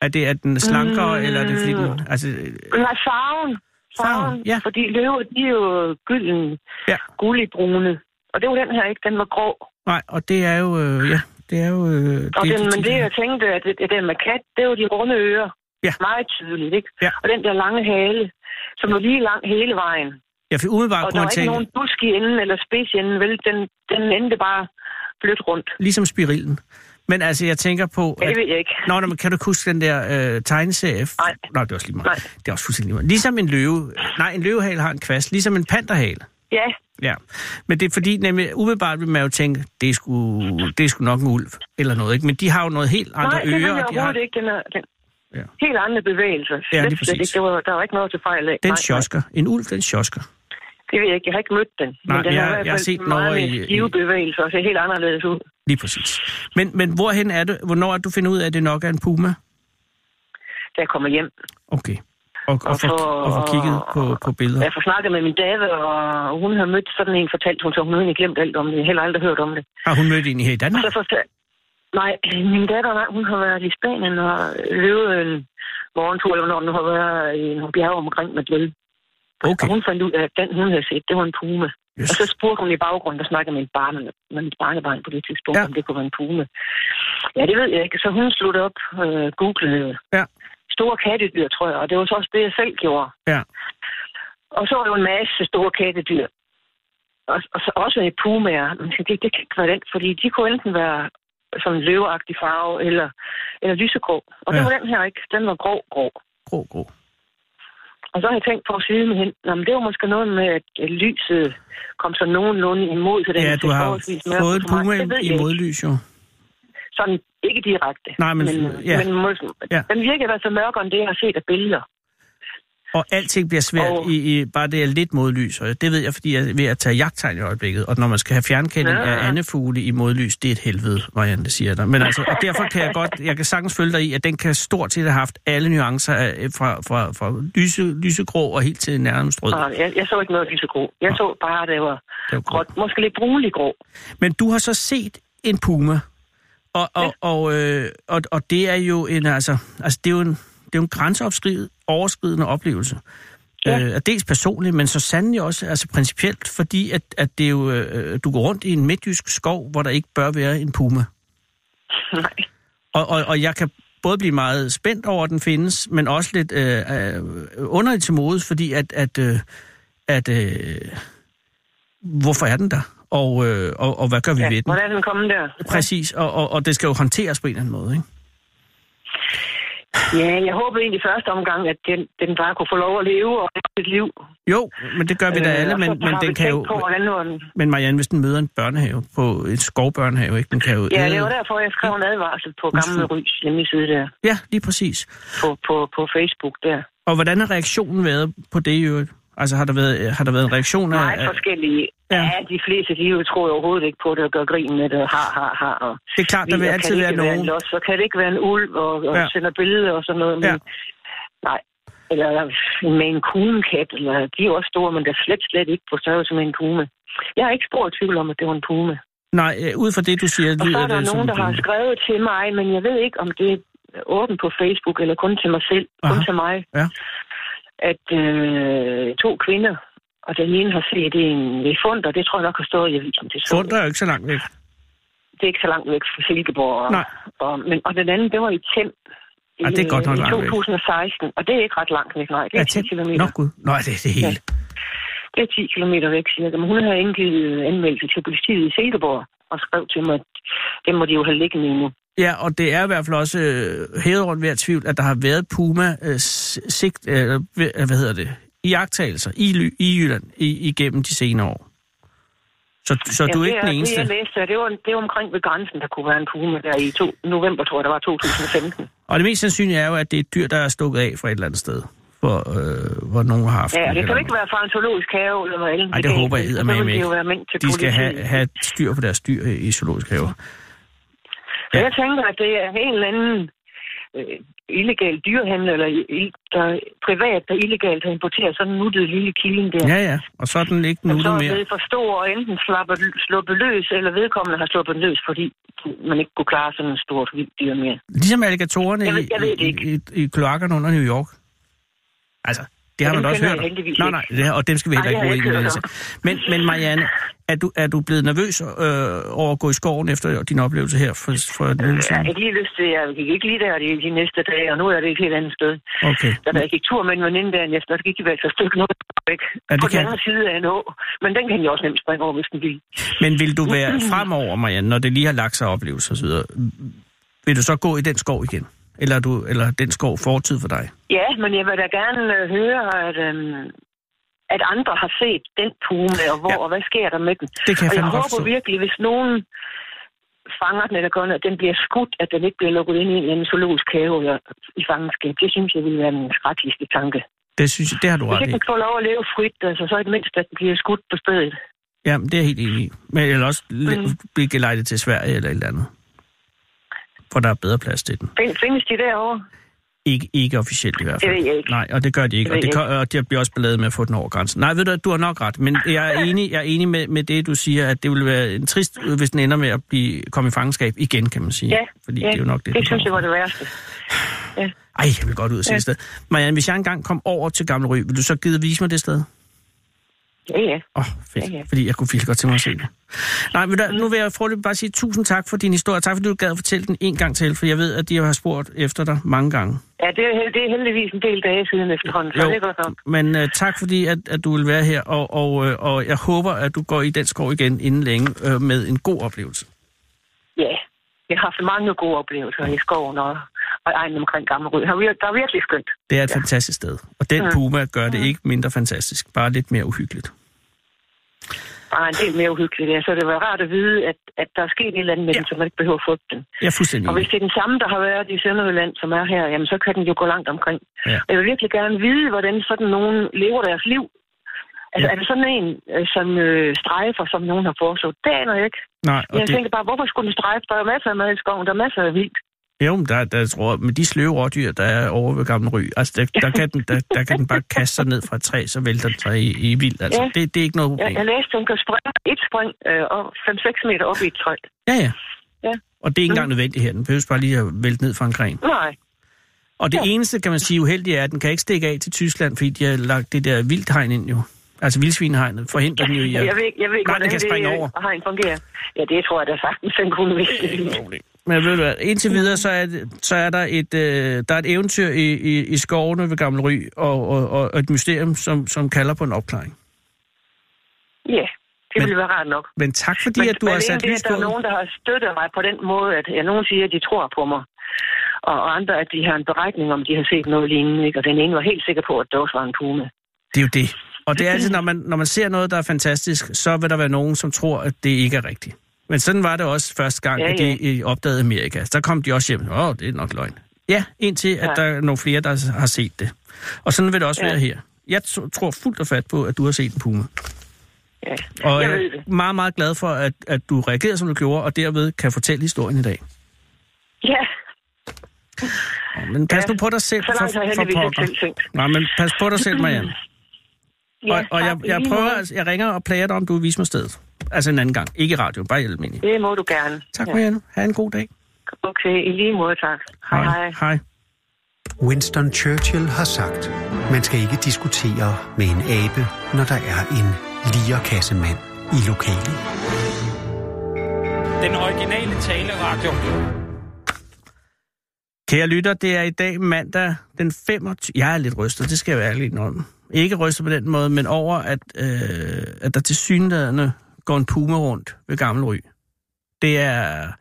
Speaker 3: Er det, at den er slankere, mm.
Speaker 4: Øh.
Speaker 3: eller er det fordi den... Altså, øh,
Speaker 4: Nej, farven.
Speaker 3: Farven, ja.
Speaker 4: Fordi løver, de er jo gylden,
Speaker 3: ja,
Speaker 4: gulligbrune. Og det var den her ikke, den var grå.
Speaker 3: nej, og det er jo... Øh, ja, det er jo... Øh, det,
Speaker 4: Og den,
Speaker 3: er
Speaker 4: men det,
Speaker 3: tit-
Speaker 4: jeg tænkte, at, at den med kat, det var de runde ører.
Speaker 3: Ja.
Speaker 4: Meget tydeligt, ikke?
Speaker 3: Ja.
Speaker 4: Og den der lange hale, som var lige lang hele vejen.
Speaker 3: Ja, for umiddelbart
Speaker 4: og
Speaker 3: kunne
Speaker 4: der
Speaker 3: man
Speaker 4: var ikke
Speaker 3: tænke,
Speaker 4: nogen busk i enden eller spids i enden, vel? Den, den endte bare blødt rundt.
Speaker 3: ligesom spirillen. Men altså, jeg tænker på...
Speaker 4: Ja,
Speaker 3: at-
Speaker 4: det ved jeg ikke.
Speaker 3: Nå, nå, men kan du ikke huske den der øh, tegneserie? F-
Speaker 4: Nej.
Speaker 3: Nå, det er også lige meget.
Speaker 4: Nej.
Speaker 3: Det er også fuldstændig lige meget. Ligesom en løve... Nej, en løvehal har en kvast. Ligesom en panderhal.
Speaker 4: Ja,
Speaker 3: Ja, men det er fordi, nemlig umiddelbart vil man jo tænke, det er sgu, det er sgu nok en ulv, eller noget, ikke? Men de har jo noget helt andre
Speaker 4: Nej, det
Speaker 3: ører.
Speaker 4: har jeg
Speaker 3: og de har,
Speaker 4: overhovedet ikke. Den er, den,
Speaker 3: Ja.
Speaker 4: ja. Helt andre bevægelser.
Speaker 3: Ja, lige
Speaker 4: Slet, slet
Speaker 3: præcis.
Speaker 4: ikke. Det var, der var ikke noget til fejl af.
Speaker 3: den
Speaker 4: Nej,
Speaker 3: sjosker. En ulv, den sjosker.
Speaker 4: nej, Det ved jeg ikke. Jeg har ikke mødt den.
Speaker 3: Nej,
Speaker 4: men den
Speaker 3: jeg-
Speaker 4: har i hvert
Speaker 3: jeg har
Speaker 4: fald
Speaker 3: set den
Speaker 4: meget
Speaker 3: over
Speaker 4: mere
Speaker 3: i- i-
Speaker 4: stive bevægelser og ser helt anderledes ud.
Speaker 3: Lige præcis. Men, men hvorhen er det, hvornår er det, du finder ud af, at det nok er en puma?
Speaker 4: Da jeg kommer hjem.
Speaker 3: Okay. Og, og,
Speaker 4: Og
Speaker 3: for,
Speaker 4: for-
Speaker 3: og får kigget på, på
Speaker 4: Da
Speaker 3: billeder.
Speaker 4: jeg får snakket med min dave, og hun har mødt sådan en, fortalt hun, så hun har egentlig glemt alt om det. Heller aldrig hørt om det.
Speaker 3: Har hun mødt en her i
Speaker 4: Og
Speaker 3: Danmark?
Speaker 4: så fortalte... Nej, min datter, nej, hun har været i Spanien og løbet en morgentur, eller hvornår den nu har været i nogle bjerge omkring Madrid.
Speaker 3: Okay.
Speaker 4: Og hun fandt ud af, at den, hun havde set, det var en puma.
Speaker 3: Yes.
Speaker 4: Og så spurgte hun i baggrunden, der snakkede med mit barn, med mit barnebarn på det tidspunkt,
Speaker 3: Ja.
Speaker 4: ja. om det kunne være en puma. Ja, det ved jeg ikke. Så hun sluttede op øh, googlede.
Speaker 3: Ja.
Speaker 4: Store kattedyr, tror jeg, og det var så også det, jeg selv gjorde.
Speaker 3: Ja.
Speaker 4: Og så var der jo en masse store kattedyr. Og, og så også et pumaer. Men det, det kan ikke være den, fordi de kunne enten være sådan en løveagtig farve, eller, eller lysegrå. Og det
Speaker 3: Ja.
Speaker 4: var den her ikke. Den var grå-grå.
Speaker 3: Grå, grå.
Speaker 4: Og så har jeg tænkt på sidenhen, nå, men det var måske noget med, at øh, lyset kom så nogenlunde imod, så den
Speaker 3: Ja,
Speaker 4: fik
Speaker 3: du har
Speaker 4: forholdsvis mørkt
Speaker 3: fået en
Speaker 4: for mig.
Speaker 3: puma
Speaker 4: Det ved jeg
Speaker 3: i
Speaker 4: ikke.
Speaker 3: modlys, jo.
Speaker 4: Sådan, ikke direkte.
Speaker 3: Nej, men- ja.
Speaker 4: men måske,
Speaker 3: Ja.
Speaker 4: ja. den virker i hvert fald mørkere, end det, jeg har set af billeder.
Speaker 3: Og alting bliver svært,
Speaker 4: Og-
Speaker 3: i, i, bare det er lidt modlys, og det ved jeg, fordi jeg er ved at tage jagttegn i øjeblikket, og når man skal have fjernkending
Speaker 4: Ja.
Speaker 3: af andefugle i modlys, det er et helvede, Marianne, det siger jeg dig. Men altså, og derfor kan jeg godt, jeg kan sagtens følge dig i, at den kan stort set have haft alle nuancer af, fra, fra, fra lyse, lysegrå og helt til nærmest rød.
Speaker 4: Og jeg, jeg så ikke noget lysegrå. Jeg så bare, at det var
Speaker 3: Det var grå.
Speaker 4: gråt, måske lidt brunlig grå.
Speaker 3: Men du har så set en puma, og, og, og, øh, og, og det er jo en, altså, altså det er jo en, det er jo en grænseoverskridende overskridende oplevelse. Ja.
Speaker 4: Ja.
Speaker 3: Øh, og dels personligt, men så sandelig også altså principielt, fordi at, at det jo, øh, du går rundt i en midtjysk skov, hvor der ikke bør være en puma.
Speaker 4: Nej.
Speaker 3: Og, og, og jeg kan både blive meget spændt over, at den findes, men også lidt øh, øh, underligt til modes, fordi at, at, øh, at øh, hvorfor er den der? Og, øh, og, og hvad gør vi
Speaker 4: Ja.
Speaker 3: ved den?
Speaker 4: Hvordan er den kommet der?
Speaker 3: Præcis, og, og, og det skal jo håndteres på en eller anden måde, ikke?
Speaker 4: Ja, jeg håbede egentlig i første omgang, at den, den bare kunne få lov at leve og have sit liv.
Speaker 3: Jo, men det gør vi da
Speaker 4: Øh,
Speaker 3: alle,
Speaker 4: og
Speaker 3: men,
Speaker 4: så
Speaker 3: men
Speaker 4: har vi
Speaker 3: den kan
Speaker 4: tænkt
Speaker 3: jo...
Speaker 4: På, hvordan var den...
Speaker 3: Men Marianne, hvis den møder en børnehave på et skovbørnehave, ikke? Den kan jo...
Speaker 4: Ja,
Speaker 3: æde-
Speaker 4: det var derfor, jeg skrev en advarsel på Gamle Rys hjemmeside der,
Speaker 3: ja, lige præcis.
Speaker 4: på, på, på Facebook der.
Speaker 3: Og hvordan har reaktionen været på det i øvrigt? Altså har der været, har der været en reaktion af...
Speaker 4: Meget
Speaker 3: af-
Speaker 4: forskellige.
Speaker 3: Ja.
Speaker 4: Ja. de fleste, de jo tror overhovedet ikke på det og gør grin med det og har, har, har. Og
Speaker 3: Det er klart, der vil
Speaker 4: og
Speaker 3: altid
Speaker 4: kan det
Speaker 3: være
Speaker 4: ikke en
Speaker 3: nogen...
Speaker 4: los, så kan det ikke være en ulv og, og
Speaker 3: Ja.
Speaker 4: ja. sender billeder og sådan noget. Men,
Speaker 3: Ja.
Speaker 4: ja. Nej. Eller med en kunekat, eller de er jo også store, men der er slet, slet ikke på størrelse med en kume. Jeg er ikke spor i tvivl om, at det var en pume.
Speaker 3: Nej, øh, ud fra det, du siger,
Speaker 4: Og så
Speaker 3: lyder
Speaker 4: er der
Speaker 3: det
Speaker 4: nogen, der
Speaker 3: som...
Speaker 4: har skrevet til mig, men jeg ved ikke, om det er åbent på Facebook, eller kun til mig selv, Aha. kun
Speaker 3: Aha.
Speaker 4: til mig,
Speaker 3: Ja.
Speaker 4: at øh, to kvinder, og den ene har set en ved Funder, det tror jeg nok har stået i avisen til
Speaker 3: Sundt er jo ikke så langt væk.
Speaker 4: Det er ikke så langt væk fra Silkeborg. Og,
Speaker 3: Nej.
Speaker 4: Og, men, og den anden, det var i Tem. i,
Speaker 3: Ah, det er godt nok
Speaker 4: øh,
Speaker 3: langt væk.
Speaker 4: I 2016, og det er ikke ret langt væk, nej. Det er,
Speaker 3: Ja,
Speaker 4: 10
Speaker 3: tæt-
Speaker 4: km.
Speaker 3: Nå gud, nej, det er det hele.
Speaker 4: det er 10 km væk, siger jeg. Men hun har indgivet anmeldelse til politiet i Silkeborg og skrev til mig, at det må de jo have liggende endnu.
Speaker 3: Ja, og det er i hvert fald også øh, hævet rundt ved tvivl, at der har været Puma øh, s- sigt, øh, ved- øh, hvad hedder det, iagtagelser i, Ly- i Jylland i, igennem de senere år. Så, så ja, du er ikke
Speaker 4: det
Speaker 3: den eneste.
Speaker 4: Det, jeg læste, det var, det var omkring ved grænsen, der kunne være en kume der i to, november, tror jeg, der var 2015.
Speaker 3: Og det mest sandsynlige er jo, at det er et dyr, der er stukket af fra et eller andet sted, hvor, øh, hvor nogen har haft
Speaker 4: Ja,
Speaker 3: den,
Speaker 4: det kan
Speaker 3: eller
Speaker 4: jo ikke være fra en zoologisk have eller noget andet.
Speaker 3: Nej, det håber jeg
Speaker 4: med
Speaker 3: eddermame
Speaker 4: ikke.
Speaker 3: ikke.
Speaker 4: jo være mænd til
Speaker 3: De skal
Speaker 4: politiet.
Speaker 3: have, have styr på deres dyr i i zoologisk haver.
Speaker 4: Så
Speaker 3: ja.
Speaker 4: jeg tænker, at det er en eller anden øh, illegal dyrehandel, eller i- der er privat, der illegalt har importeret sådan en nuttet lille killing der.
Speaker 3: Ja, ja, og så er den ikke
Speaker 4: Men så
Speaker 3: nuttet
Speaker 4: er
Speaker 3: mere.
Speaker 4: blevet for stor og enten slappet, sluppet løs, eller vedkommende har sluppet løs, fordi man ikke kunne klare sådan en stort vildt dyr mere.
Speaker 3: Ligesom alligatorerne
Speaker 4: Jeg ved-
Speaker 3: i-
Speaker 4: jeg ved det ikke.
Speaker 3: i, i, i kloakkerne under New York. Altså, det har man
Speaker 4: Ja, dem
Speaker 3: da også
Speaker 4: kender
Speaker 3: hørt.
Speaker 4: jeg heldigvis
Speaker 3: Nej,
Speaker 4: ikke.
Speaker 3: nej, det, og dem skal vi
Speaker 4: Nej,
Speaker 3: heller ikke
Speaker 4: det har
Speaker 3: bruge ind
Speaker 4: jeg
Speaker 3: i
Speaker 4: ikke
Speaker 3: det her.
Speaker 4: hørt
Speaker 3: Men, men Marianne, er du, er du blevet nervøs øh, over at gå i skoven efter din oplevelse her for, for en uge
Speaker 4: Jeg har
Speaker 3: siden?
Speaker 4: ikke lige lyst til, jeg gik ikke lige der de, de næste dage, og nu er det et helt andet sted.
Speaker 3: Okay.
Speaker 4: Da jeg gik tur med en veninde dagen efter, der gik de altså et stykke noget væk.
Speaker 3: Ja, det
Speaker 4: på den
Speaker 3: kan-
Speaker 4: anden side af en å. Men den kan jeg også nemt springe over, hvis den vil.
Speaker 3: Men vil du
Speaker 4: Mm.
Speaker 3: være fremover, Marianne, når det lige har lagt sig oplevelser osv., vil du så gå i den skov igen? Eller er, du, eller er den skov fortid for dig?
Speaker 4: Ja, men jeg vil da gerne øh, høre, at, øhm, at andre har set den pume, og, hvor,
Speaker 3: Ja.
Speaker 4: ja. og hvad sker der med den.
Speaker 3: Det kan jeg
Speaker 4: og jeg
Speaker 3: fandme godt
Speaker 4: håber
Speaker 3: forstå.
Speaker 4: virkelig, hvis nogen fanger den eller gør noget, at den bliver skudt, at den ikke bliver lukket ind i en eller anden zoologisk have eller i fangenskab. Det synes jeg ville være den skrækkeligste tanke.
Speaker 3: Det, synes jeg, det har du
Speaker 4: Hvis
Speaker 3: ret
Speaker 4: ikke
Speaker 3: i.
Speaker 4: den får lov at leve frit, altså, så er det mindst, at den bliver skudt på stedet.
Speaker 3: Jamen, det er jeg helt enig i. Men eller også mm.
Speaker 4: Mm.
Speaker 3: blive gelejtet til Sverige eller et eller andet. For der er bedre plads til den.
Speaker 4: Find- Findes de derovre?
Speaker 3: Ikke, ikke officielt i hvert fald.
Speaker 4: Det ved jeg ikke.
Speaker 3: Nej, og det gør de ikke.
Speaker 4: Det
Speaker 3: og det,
Speaker 4: ved
Speaker 3: kan, og det bliver også beladet med at få den over grænsen. Nej, ved du, hvad, du har nok ret. Men jeg er enig, jeg er enig med, med det, du siger, at det ville være en trist, ud, hvis den ender med at blive, komme i fangenskab igen, kan man sige.
Speaker 4: Ja,
Speaker 3: Fordi
Speaker 4: ja.
Speaker 3: det er jo nok det, den
Speaker 4: det synes jeg
Speaker 3: kommer
Speaker 4: var det værste.
Speaker 3: fra. Ej, jeg vil godt ud og se
Speaker 4: Ja.
Speaker 3: et sted. Marianne, hvis jeg engang kom over til Gamle Ry, vil du så gide vise mig det sted?
Speaker 4: Ja, ja.
Speaker 3: Åh, oh, fedt.
Speaker 4: Ja, Mm. ja.
Speaker 3: Fordi jeg kunne virkelig godt tænke mig at se det. Nej, men der, nu vil jeg forløbig bare sige tusind tak for din historie. Tak fordi du gad at fortælle den en gang til, for jeg ved, at de har spurgt efter dig mange gange.
Speaker 4: Ja, det er, hel- det er heldigvis en del dage siden efterhånden, så
Speaker 3: Jo.
Speaker 4: jo. det er godt nok.
Speaker 3: Men uh, tak fordi, at, at du vil være her, og, og, øh, og jeg håber, at du går i den skov igen inden længe øh, med en god oplevelse.
Speaker 4: Ja, jeg har haft mange gode oplevelser i skoven og, og egen omkring Gammelrød. Der er vir- der er virkelig skønt.
Speaker 3: Det er et ja. fantastisk sted, og den puma gør det ikke mindre fantastisk, bare lidt mere uhyggeligt.
Speaker 4: Bare en del mere uhyggeligt. Ja. Så det var rart at vide, at, at der er sket et eller andet med
Speaker 3: Ja. Mm.
Speaker 4: ja. den, så man ikke behøver at frygte den.
Speaker 3: Jeg er fuldstændig
Speaker 4: Og hvis
Speaker 3: enig.
Speaker 4: det er den samme, der har været i Sønderjylland, som er her, jamen så kan den jo gå langt omkring.
Speaker 3: Ja.
Speaker 4: Og Jeg vil virkelig gerne vide, hvordan sådan nogen lever deres liv. Altså,
Speaker 3: Ja.
Speaker 4: ja. er det sådan en, øh, som øh, strejfer, som nogen har foreslået? Det aner jeg ikke.
Speaker 3: Nej, og
Speaker 4: jeg
Speaker 3: det,
Speaker 4: tænker bare, hvorfor skulle den strejfe? Der er jo masser af mad i skoven, der er masser af vildt.
Speaker 3: Jo, men der, der tror jeg, med de sløve rådyr, der er over ved Gamle Ry, altså der, der, kan den, der, der kan den bare kaste sig ned fra et træ, så vælter den sig i, i vild. Altså,
Speaker 4: Ja.
Speaker 3: det, det er ikke noget
Speaker 4: Jeg,
Speaker 3: problem.
Speaker 4: jeg læste, at hun kan springe et spring øh, og 5-6 meter op i et træ.
Speaker 3: Ja, ja.
Speaker 4: Ja. Mm.
Speaker 3: Og det er ikke engang nødvendigt her. Den behøves bare lige at vælte ned fra en gren.
Speaker 4: Nej,
Speaker 3: Og det
Speaker 4: Ja.
Speaker 3: eneste, kan man sige uheldige, er, at den kan ikke stikke af til Tyskland, fordi de har lagt det der vildhegn ind jo. Altså vildsvinhegnet forhindrer den jo i
Speaker 4: ja.
Speaker 3: at...
Speaker 4: jeg ved, ikke- jeg ved ikke,
Speaker 3: Nej, den kan springe
Speaker 4: det,
Speaker 3: over.
Speaker 4: øh, hegn fungerer. Ja, det tror jeg da sagtens, den kunne vise.
Speaker 3: Men ved du hvad, indtil videre, så er, det- så er der, et, øh, der er et eventyr i, i, i skovene ved Gamle Ry, og, og, og et mysterium, som, som kalder på en opklaring.
Speaker 4: Ja, det ville
Speaker 3: Men-
Speaker 4: være rart nok.
Speaker 3: Men tak fordi, at du
Speaker 4: men
Speaker 3: har
Speaker 4: alene
Speaker 3: sat
Speaker 4: det,
Speaker 3: lys
Speaker 4: at
Speaker 3: på...
Speaker 4: der er
Speaker 3: det.
Speaker 4: nogen, der har støttet mig på den måde, at ja, nogen siger, at de tror på mig. og, og andre, at de har en beretning om, de har set noget lignende, ikke? og den ene var helt sikker på, at det også var en puma.
Speaker 3: Det er jo det. Og det er altid, når man, når man ser noget, der er fantastisk, så vil der være nogen, som tror, at det ikke er rigtigt. Men sådan var det også første gang, ja,
Speaker 4: Ja,
Speaker 3: ja. at de øh, opdagede Amerika. Så kom de også hjem, åh, det er nok løgn. Ja, indtil at
Speaker 4: Ja.
Speaker 3: der er nogle flere, der har set det. Og sådan vil det også ja.
Speaker 4: Ja.
Speaker 3: være her. Jeg t- tror fuldt og fat på, at du har set en puma.
Speaker 4: Ja,
Speaker 3: Og øh,
Speaker 4: jeg
Speaker 3: jeg
Speaker 4: ved det.
Speaker 3: er meget, meget glad for, at, at du reagerede, som du gjorde, og derved kan fortælle historien i dag.
Speaker 4: Ja,
Speaker 3: Men pas
Speaker 4: Ja.
Speaker 3: nu på dig selv,
Speaker 4: så
Speaker 3: for,
Speaker 4: langt har jeg
Speaker 3: for
Speaker 4: heldigvis ikke
Speaker 3: pokker.
Speaker 4: selv tænkt.
Speaker 3: Nej, men pas på dig selv, Marianne.
Speaker 4: Ja,
Speaker 3: og og jeg,
Speaker 4: tak, i
Speaker 3: jeg
Speaker 4: lige
Speaker 3: prøver,
Speaker 4: måde.
Speaker 3: altså, jeg ringer og plager dig, om du vil vise mig stedet. Altså en anden gang. Ikke i radio, bare i almindelig.
Speaker 4: Det må du gerne.
Speaker 3: Tak,
Speaker 4: Ja.
Speaker 3: Marianne. Ha' en god dag.
Speaker 4: Okay, i lige måde, tak. Hej. Hej.
Speaker 3: Hej.
Speaker 2: Winston Churchill har sagt, man skal ikke diskutere med en abe, når der er en lierkassemand i lokalet.
Speaker 5: Den originale taleradio.
Speaker 3: Kære lytter, det er i dag mandag den 25... Jeg er lidt rystet, det skal jeg være ærlig indrømme. Ikke rystet på den måde, men over, at, øh, at der til synlæderne går en puma rundt ved Gammel Ry. Det er,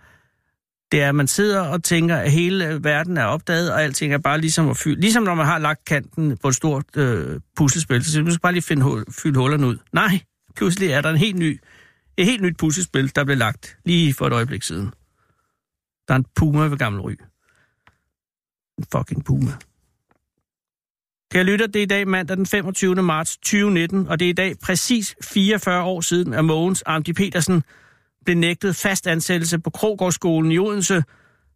Speaker 3: det er, at man sidder og tænker, at hele øh, verden er opdaget, og alting er bare ligesom at fylde. Ligesom når man har lagt kanten på et stort øh, puslespil, så siger man, "Nu skal jeg bare lige finde hul, fylde hullerne ud. Nej, pludselig er der en helt ny, et helt nyt puslespil, der blev lagt lige for et øjeblik siden. Der er en puma ved Gammel Ry en fucking puma. Kære lytter, det er i dag mandag den 25. marts 2019, og det er i dag præcis 44 år siden, at Mogens Amdi Petersen blev nægtet fast ansættelse på Krogårdsskolen i Odense,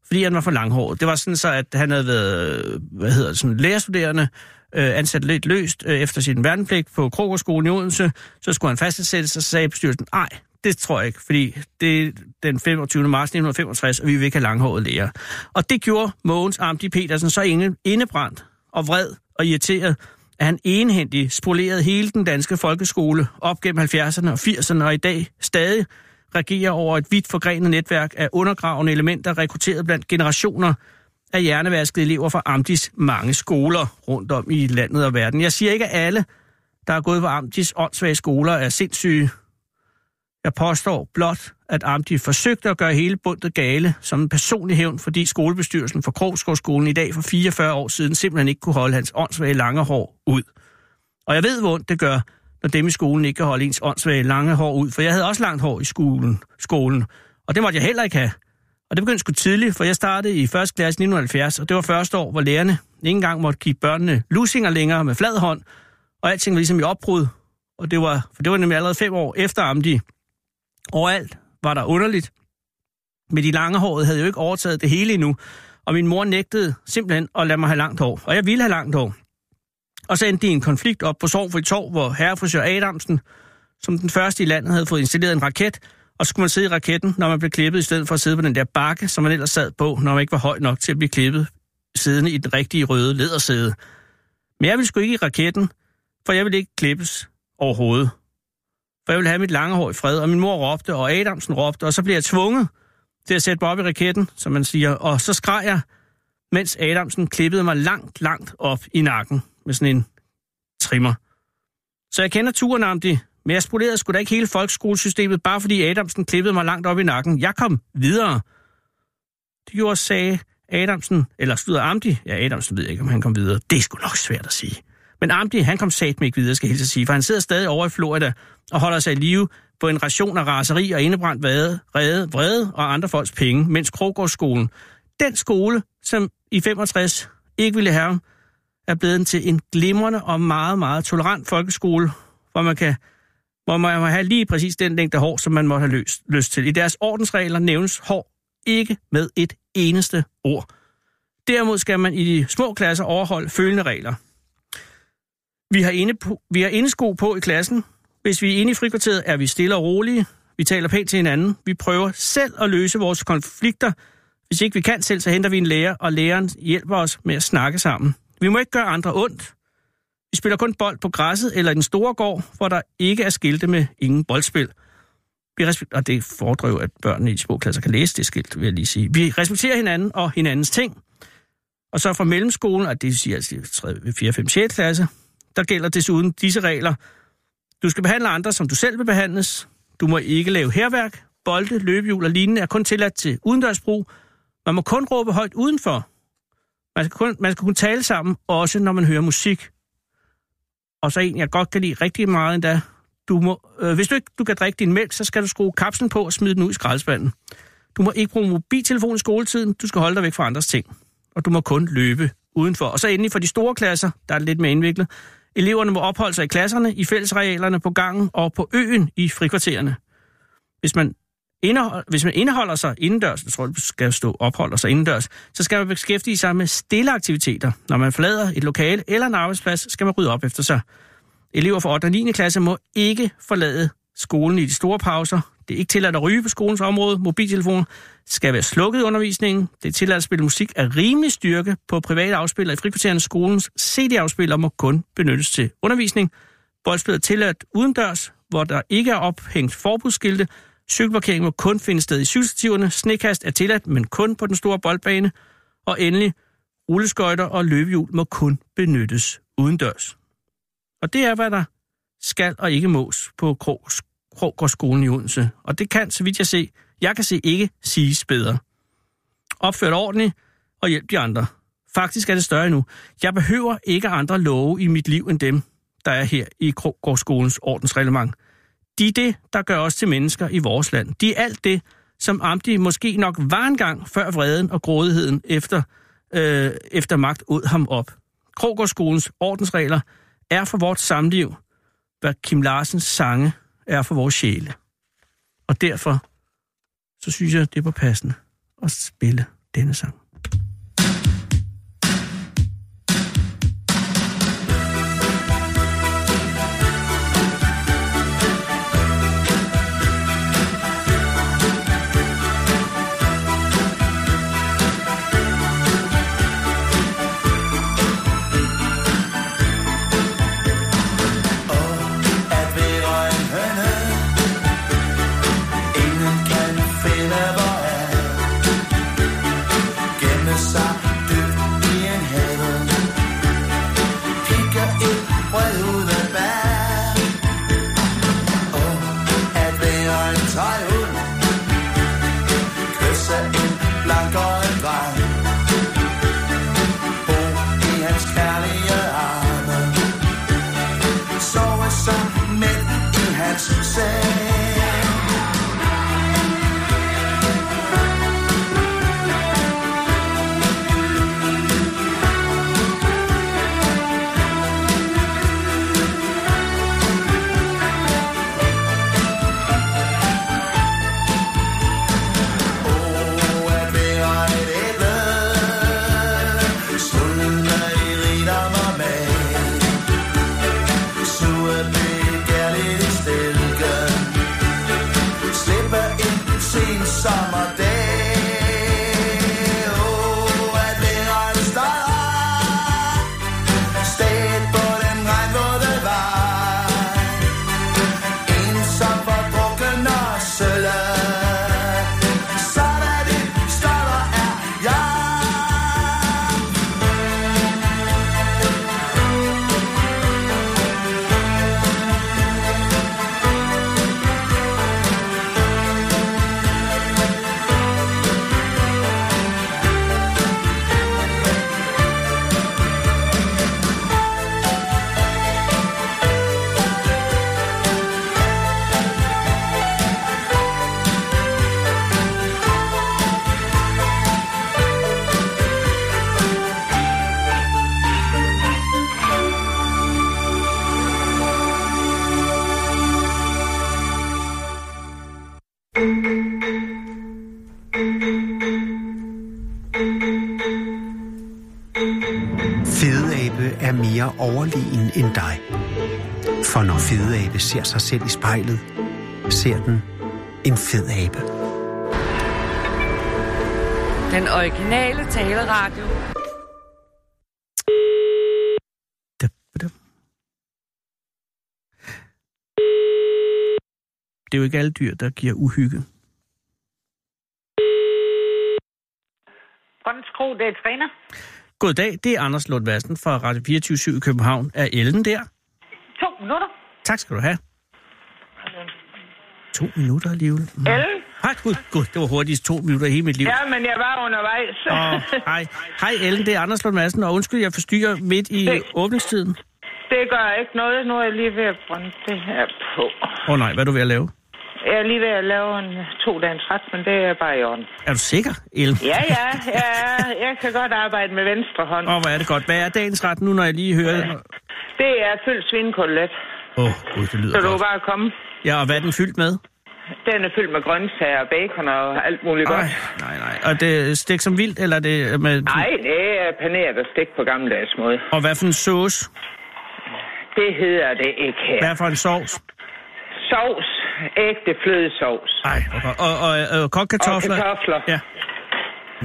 Speaker 3: fordi han var for langhåret. Det var sådan så, at han havde været øh, hvad hedder det, sådan, lærerstuderende, øh, ansat lidt løst øh, efter sin værnepligt på Krogårdsskolen i Odense. Så skulle han fastansættes, og så sagde bestyrelsen, nej, det tror jeg ikke, fordi det er den 25. marts 1965, og vi vil ikke have langhåret læger. Og det gjorde Mogens Amdi Petersen så inde- indebrændt og vred og irriteret, at han enhændigt spolerede hele den danske folkeskole op gennem 70'erne og 80'erne, og i dag stadig regerer over et vidt forgrenet netværk af undergravende elementer, rekrutteret blandt generationer af hjernevaskede elever fra Amtis mange skoler rundt om i landet og verden. Jeg siger ikke, at alle, der er gået på Amtis åndssvage skoler, er sindssyge. Jeg påstår blot, at Amti forsøgte at gøre hele bundet gale som en personlig hævn, fordi skolebestyrelsen for Krogskovskolen i dag for 44 år siden simpelthen ikke kunne holde hans åndssvage lange hår ud. Og jeg ved, hvor ondt det gør, når dem i skolen ikke kan holde ens åndssvage lange hår ud, for jeg havde også langt hår i skolen, skolen og det måtte jeg heller ikke have. Og det begyndte sgu tidligt, for jeg startede i 1. klasse 1970, og det var første år, hvor lærerne ikke engang måtte give børnene lusinger længere med flad hånd, og alting var ligesom i opbrud, og det var, for det var nemlig allerede fem år efter Amdi. Overalt var der underligt, men de lange håret havde jo ikke overtaget det hele endnu, og min mor nægtede simpelthen at lade mig have langt hår, og jeg ville have langt hår. Og så endte de i en konflikt op på Sorgfri Torv, hvor herrefrisør Adamsen, som den første i landet, havde fået installeret en raket, og så skulle man sidde i raketten, når man blev klippet, i stedet for at sidde på den der bakke, som man ellers sad på, når man ikke var høj nok til at blive klippet, siddende i den rigtige røde ledersæde. Men jeg ville sgu ikke i raketten, for jeg ville ikke klippes overhovedet. For jeg ville have mit lange hår i fred, og min mor råbte, og Adamsen råbte, og så blev jeg tvunget til at sætte mig op i raketten, som man siger, og så skreg jeg, mens Adamsen klippede mig langt, langt op i nakken med sådan en trimmer. Så jeg kender turen om det, men jeg spolerede sgu da ikke hele folkeskolesystemet, bare fordi Adamsen klippede mig langt op i nakken. Jeg kom videre. Det gjorde sagde Adamsen, eller slutter Amdi. Ja, Adamsen ved jeg ikke, om han kom videre. Det er sgu nok svært at sige. Men Amdi, han kom satme ikke videre, skal jeg hilse at sige, for han sidder stadig over i Florida og holder sig i live på en ration af raseri og indebrændt vade, rede, vrede og andre folks penge, mens Krogårdsskolen, den skole, som i 65 ikke ville have ham, er blevet til en glimrende og meget, meget tolerant folkeskole, hvor man kan hvor man må have lige præcis den længde hår, som man måtte have løs, lyst til. I deres ordensregler nævnes hår ikke med et eneste ord. Derimod skal man i de små klasser overholde følgende regler. Vi har, inde på, vi har indesko på i klassen. Hvis vi er inde i frikvarteret, er vi stille og rolige. Vi taler pænt til hinanden. Vi prøver selv at løse vores konflikter. Hvis ikke vi kan selv, så henter vi en lærer, og læreren hjælper os med at snakke sammen. Vi må ikke gøre andre ondt. Vi spiller kun bold på græsset eller i den store gård, hvor der ikke er skilte med ingen boldspil. Vi respek- og det foredrer jo, at børnene i de små klasser kan læse det skilt, vil jeg lige sige. Vi respekterer hinanden og hinandens ting. Og så fra mellemskolen, og det vil sige altså 3., 4., 5., 6. klasse, der gælder desuden disse regler. Du skal behandle andre, som du selv vil behandles. Du må ikke lave herværk. Bolde, løbehjul og lignende er kun tilladt til udendørsbrug. Man må kun råbe højt udenfor. Man skal, kun, man skal kunne tale sammen, også når man hører musik. Og så en, jeg godt kan lide rigtig meget endda. Du må, øh, hvis du ikke du kan drikke din mælk, så skal du skrue kapslen på og smide den ud i skraldespanden. Du må ikke bruge mobiltelefon i skoletiden. Du skal holde dig væk fra andres ting. Og du må kun løbe udenfor. Og så endelig for de store klasser, der er det lidt mere indviklet. Eleverne må opholde sig i klasserne, i fællesarealerne, på gangen og på øen i frikvartererne. Hvis man, indeholder, hvis man indeholder sig indendørs, jeg tror, det skal stå opholder sig indendørs, så skal man beskæftige sig med stille aktiviteter. Når man forlader et lokale eller en arbejdsplads, skal man rydde op efter sig. Elever fra 8. og 9. klasse må ikke forlade skolen i de store pauser. Det er ikke tilladt at ryge på skolens område. Mobiltelefoner skal være slukket i undervisningen. Det er tilladt at spille musik af rimelig styrke på private afspillere i frikvartererne. Skolens CD-afspiller må kun benyttes til undervisning. Boldspil er tilladt udendørs, hvor der ikke er ophængt forbudsskilte. Cykelparkering må kun finde sted i cykelstativerne. Snekast er tilladt, men kun på den store boldbane. Og endelig, rulleskøjter og løbehjul må kun benyttes udendørs. Og det er, hvad der skal og ikke mås på Krogs Krogårdsskolen i Odense. Og det kan, så vidt jeg se, jeg kan se ikke siges bedre. Opfør dig ordentligt og hjælp de andre. Faktisk er det større nu. Jeg behøver ikke andre love i mit liv end dem, der er her i Krogårdsskolens ordensreglement. De er det, der gør os til mennesker i vores land. De er alt det, som Amdi måske nok var engang, før vreden og grådigheden efter, øh, efter magt ud ham op. Krogårdsskolens ordensregler er for vort samliv, hvad Kim Larsens sange er for vores sjæle. Og derfor, så synes jeg, det var passende at spille denne sang.
Speaker 6: At være en høne Ingen kan finde hvor er Gemme sig dybt i en have Pikke et brød ud af bær Og at være en tøjhund Kysse en blank og en vej Bo i hans kærlige arme sove som midt i hans seng. Oh, at være et æble, sultne i rigdom og mag. Suge begærligt i stilken Slippe en sen sommerdag Åh, at vejret står Stedet på den regnvåde vej Ensom fordrukken og sølle Sådan en stolder er jeg
Speaker 2: Fedeabe er mere overlegen end dig. For når fedeabe ser sig selv i spejlet, ser den en fed abe.
Speaker 7: Den originale taleradio.
Speaker 3: Det er jo ikke alle dyr, der giver uhygge.
Speaker 8: Grønnes Kro, det er træner.
Speaker 3: Goddag, det er Anders Lund Madsen fra Radio 24 i København. Er Ellen der?
Speaker 8: To minutter.
Speaker 3: Tak skal du have. To minutter alligevel. Mm.
Speaker 8: Ellen,
Speaker 3: Hej, gud, gud, det var hurtigst to minutter i hele mit liv.
Speaker 8: Ja, men jeg var undervejs.
Speaker 3: Og, hej. hej Ellen, det er Anders Lund Madsen, og undskyld, jeg forstyrrer midt i
Speaker 8: Det-
Speaker 3: åbningstiden.
Speaker 8: Det gør ikke noget. Nu er jeg lige ved at brænde det her på.
Speaker 3: Åh oh, nej, hvad er du ved at lave?
Speaker 8: Jeg er lige ved at lave en to dagens ret, men det er bare i orden.
Speaker 3: Er du sikker, Ellen?
Speaker 8: Ja, ja, ja. Jeg kan godt arbejde med venstre hånd.
Speaker 3: Åh, oh, hvor er det godt. Hvad er dagens ret nu, når jeg lige hører...
Speaker 8: Det er fyldt svinkotelet.
Speaker 3: Åh, oh, gud, det
Speaker 8: Så
Speaker 3: lyder
Speaker 8: du
Speaker 3: godt.
Speaker 8: kan bare komme.
Speaker 3: Ja, og hvad er den fyldt med?
Speaker 8: Den er fyldt med grøntsager og bacon og alt muligt
Speaker 3: Nej,
Speaker 8: godt.
Speaker 3: nej, nej. Og det er stik som vildt, eller er det med...
Speaker 8: Nej, det er paneret og stik på gammeldags måde.
Speaker 3: Og hvad for en sauce?
Speaker 8: Det hedder det ikke her.
Speaker 3: Hvad for en sovs?
Speaker 8: Sovs. Ægte flødesovs.
Speaker 3: Nej, og, og, og, og kokkartofler.
Speaker 8: Og kartofler.
Speaker 3: Ja.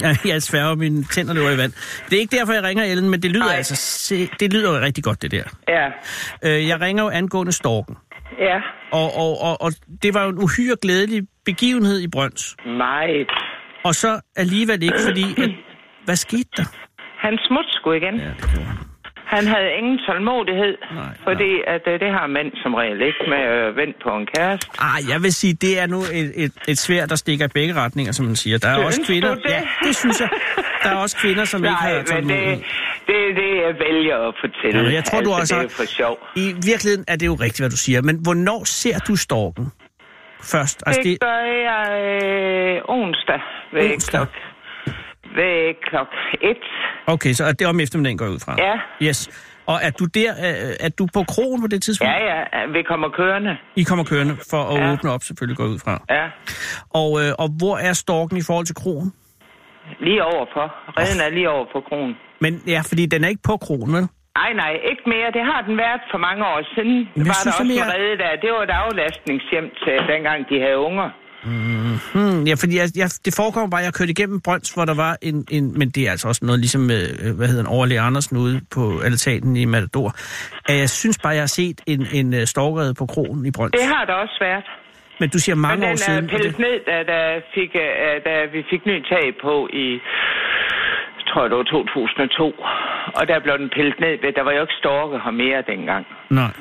Speaker 3: Ja, jeg sværger, mine tænder løber i vand. Det er ikke derfor, jeg ringer Ellen, men det lyder
Speaker 8: Nej.
Speaker 3: altså... Se, det lyder jo rigtig godt, det der.
Speaker 8: Ja,
Speaker 3: Øh, jeg ringer jo angående storken.
Speaker 8: ja.
Speaker 3: Og, og, og, og det var jo en uhyre glædelig begivenhed i Brøns.
Speaker 8: Meget.
Speaker 3: Og så alligevel ikke, fordi... At, hvad skete der?
Speaker 8: Han smutte sgu igen.
Speaker 3: Ja, det gjorde han.
Speaker 8: Han havde ingen tålmodighed,
Speaker 3: Nej,
Speaker 8: fordi At, øh, det har mænd som regel ikke med at øh, vente på en kæreste.
Speaker 3: Ah, jeg vil sige, det er nu et, et, et svær, der stikker i begge retninger, som man siger. Der er også
Speaker 8: Synes
Speaker 3: kvinder...
Speaker 8: du det?
Speaker 3: Ja, det synes jeg. Der er også kvinder, som ikke
Speaker 8: Nej,
Speaker 3: har
Speaker 8: men det,
Speaker 3: tålmodighed.
Speaker 8: det er det, jeg vælger at fortælle. Altså,
Speaker 3: Jamen, jeg tror, du også
Speaker 8: det
Speaker 3: har-
Speaker 8: er for sjov.
Speaker 3: I virkeligheden er det jo rigtigt, hvad du siger, men hvornår ser du storken først? Altså,
Speaker 8: Det
Speaker 3: det,
Speaker 8: gør jeg øh, onsdag
Speaker 3: Onsdag?
Speaker 8: ved onsdag. klok. Ved klok et.
Speaker 3: okay, så er det om eftermiddagen går jeg ud fra?
Speaker 8: Ja.
Speaker 3: Yes. Og er du der, øh, er du på krogen på det tidspunkt?
Speaker 8: Ja, ja, vi kommer kørende.
Speaker 3: I kommer kørende for at ja.
Speaker 8: Ja.
Speaker 3: åbne op, selvfølgelig går jeg ud fra.
Speaker 8: Ja,
Speaker 3: Og, øh, og hvor er storken i forhold til krogen?
Speaker 8: lige overfor. Reden er lige over på kronen.
Speaker 3: Men ja, fordi den er ikke på krogen, vel?
Speaker 8: Nej, nej, ikke mere. Det har den været for mange år siden.
Speaker 3: Men jeg
Speaker 8: Det var der
Speaker 3: synes,
Speaker 8: også
Speaker 3: at
Speaker 8: jeg...
Speaker 3: jeg-
Speaker 8: rede der. Det var et aflastningshjem til dengang, de havde unger.
Speaker 3: Hmm, ja, fordi jeg, jeg, det forekommer bare, at jeg kørte igennem Brøns, hvor der var en, en... Men det er altså også noget ligesom, øh, hvad hedder en overlæge Andersen ude på altanen i Matador. At jeg synes bare, jeg har set en, en øh, storkerede på krogen i Brøns.
Speaker 8: Det har der også været.
Speaker 3: Men du siger
Speaker 8: Men
Speaker 3: mange år
Speaker 8: den er
Speaker 3: siden. og
Speaker 8: pillet
Speaker 3: Det,
Speaker 8: ned, da, da, fik, øh, da vi fik ny tag på i, tror jeg det var 2002. Og der blev den pillet ned, ved- der var jo ikke storke her mere dengang.
Speaker 3: nej.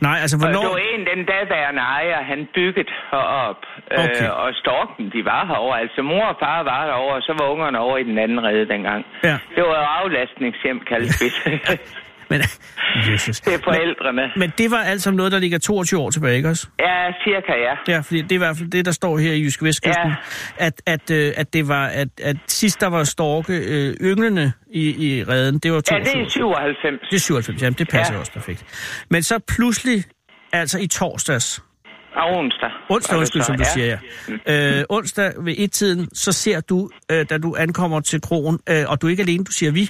Speaker 3: Nej, altså
Speaker 8: Og det
Speaker 3: hvornår...
Speaker 8: var en, den daværende ejer, han byggede herop.
Speaker 3: Okay.
Speaker 8: Øh, og storken, de var herovre. Altså mor og far var derovre, og så var ungerne over i den anden rede dengang.
Speaker 3: Ja.
Speaker 8: Det var jo aflastningshjem, kaldte vi det.
Speaker 3: Men, Jesus.
Speaker 8: Det er forældrene.
Speaker 3: Men det var altså noget, der ligger 22 år tilbage, ikke også?
Speaker 8: Ja, cirka ja.
Speaker 3: Ja, fordi det er i hvert fald det, der står her i Jysk Vestkysten, ja.
Speaker 8: Ja.
Speaker 3: at, at, øh, at, det var, at, at sidst der var storke øh, ynglende i, i redden, det var
Speaker 8: Ja,
Speaker 3: 22
Speaker 8: det er 97.
Speaker 3: Det er 97, jamen det passer ja.
Speaker 8: Ja.
Speaker 3: også perfekt. Men så pludselig, altså i torsdags,
Speaker 8: Og onsdag.
Speaker 3: onsdag,
Speaker 8: var det
Speaker 3: undskyld,
Speaker 8: så,
Speaker 3: som du
Speaker 8: ja.
Speaker 3: siger, ja. Øh, onsdag ved et-tiden, så ser du, øh, da du ankommer til krogen, øh, og du er ikke alene, du siger vi.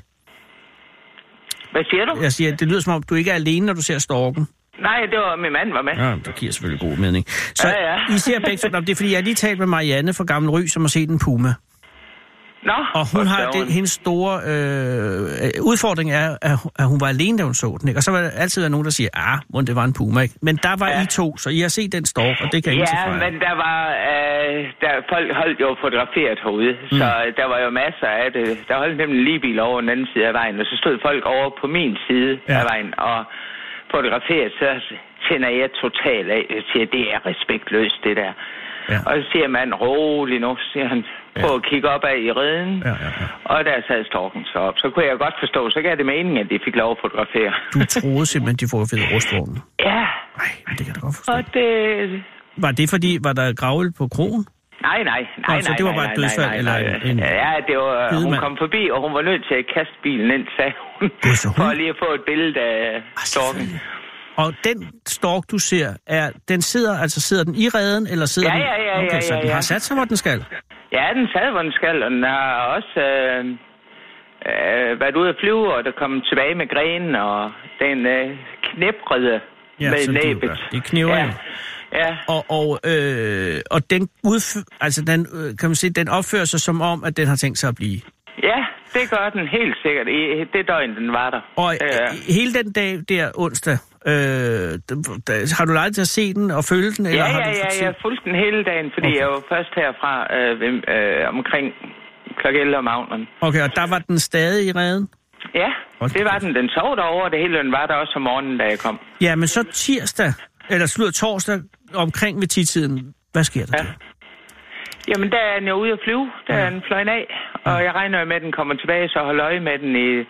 Speaker 8: Hvad siger du?
Speaker 3: Jeg siger, det lyder som om, du ikke er alene, når du ser storken.
Speaker 8: Nej, det var min mand var med.
Speaker 3: Ja, det giver selvfølgelig god mening. Så
Speaker 8: Ja, ja.
Speaker 3: I ser begge to, Nå, det er fordi, jeg har lige talt med Marianne fra Gammel Ry, som har set en puma.
Speaker 8: Nå,
Speaker 3: Og hun
Speaker 8: for
Speaker 3: har
Speaker 8: søren.
Speaker 3: den, hendes store øh, øh, udfordring er, at, hu- at hun var alene, da hun så den. Ikke? Og så var der altid være nogen, der siger, ah, mon det var en puma. Ikke? Men der var ja.
Speaker 8: Ja.
Speaker 3: I to, så I har set den stork, og det kan ingen
Speaker 8: Ja,
Speaker 3: tage fra jer.
Speaker 8: men der var, øh, der, folk holdt jo fotograferet herude, mm. så der var jo masser af det. Der holdt nemlig en ligebil over den anden side af vejen, og så stod folk over på min side
Speaker 3: Ja.
Speaker 8: ja. af vejen og fotograferede, så tænder jeg totalt af. Jeg siger, det er respektløst, det
Speaker 3: Ja.
Speaker 8: der. Ja. Og så siger man, rolig nu, siger han, prøv at kigge op ad i reden.
Speaker 3: Ja, ja, ja.
Speaker 8: Og der sad storken så op. Så kunne jeg godt forstå, så gav det mening, at de fik lov at fotografere.
Speaker 3: Du troede simpelthen, de får fede rustvognen.
Speaker 8: Ja,
Speaker 3: Nej, det kan jeg da godt forstå.
Speaker 8: og det,
Speaker 3: Var det fordi, var der gravøl på krogen?
Speaker 8: Nej, nej, nej,
Speaker 3: Nå,
Speaker 8: nej.
Speaker 3: så det var
Speaker 8: nej,
Speaker 3: bare et
Speaker 8: nej,
Speaker 3: dødsfald
Speaker 8: nej,
Speaker 3: eller
Speaker 8: nej,
Speaker 3: en- en
Speaker 8: Ja, det var, hun
Speaker 3: bidemand?
Speaker 8: kom forbi, og hun var nødt til at kaste bilen ind, sagde hun.
Speaker 3: Gud, så hun-
Speaker 8: For lige at få et billede af storken.
Speaker 3: selvfølgelig. Og den stork, du ser, er, den sidder, altså sidder den i reden, eller sidder
Speaker 8: Ja,
Speaker 3: den...
Speaker 8: ja, ja, ja,
Speaker 3: okay, så
Speaker 8: ja,
Speaker 3: den har
Speaker 8: ja.
Speaker 3: sat sig, hvor den skal.
Speaker 8: Ja, den sad, hvor den skal, og den har også øh, øh, været ude at flyve, og der kom tilbage med grenen, og den øh, knibrede
Speaker 3: Ja,
Speaker 8: med
Speaker 3: som de jo
Speaker 8: næbet.
Speaker 3: gør. De knivrer jo.
Speaker 8: ja. ja.
Speaker 3: Og, og, øh, og den, udf- altså den, øh, kan man sige, den opfører sig som om, at den har tænkt sig at blive.
Speaker 8: ja, det gør den helt sikkert. I det døgn, den var der.
Speaker 3: Og
Speaker 8: ja.
Speaker 3: øh, hele den dag der onsdag, øh, d- d- har du lejet til at se den og følge den? Eller
Speaker 8: Ja,
Speaker 3: har
Speaker 8: ja,
Speaker 3: du fået
Speaker 8: ja,
Speaker 3: tid?
Speaker 8: jeg fulgte den hele dagen, fordi
Speaker 3: Okay.
Speaker 8: okay. jeg var først herfra øh, ved- øh, omkring kl. 11 om aftenen.
Speaker 3: Okay, og der var den stadig i reden?
Speaker 8: Ja,
Speaker 3: Hold
Speaker 8: det var
Speaker 3: da.
Speaker 8: den. Den sov derovre, og det hele den var der også om morgenen, da jeg kom.
Speaker 3: Ja, men så tirsdag, eller slutter torsdag omkring ved tiden. Hvad sker der? Ja.
Speaker 8: Ja. Jamen, der er den jo ude at flyve. Der er den fløjen af, og jeg regner jo med, at den kommer tilbage, så holder øje med den i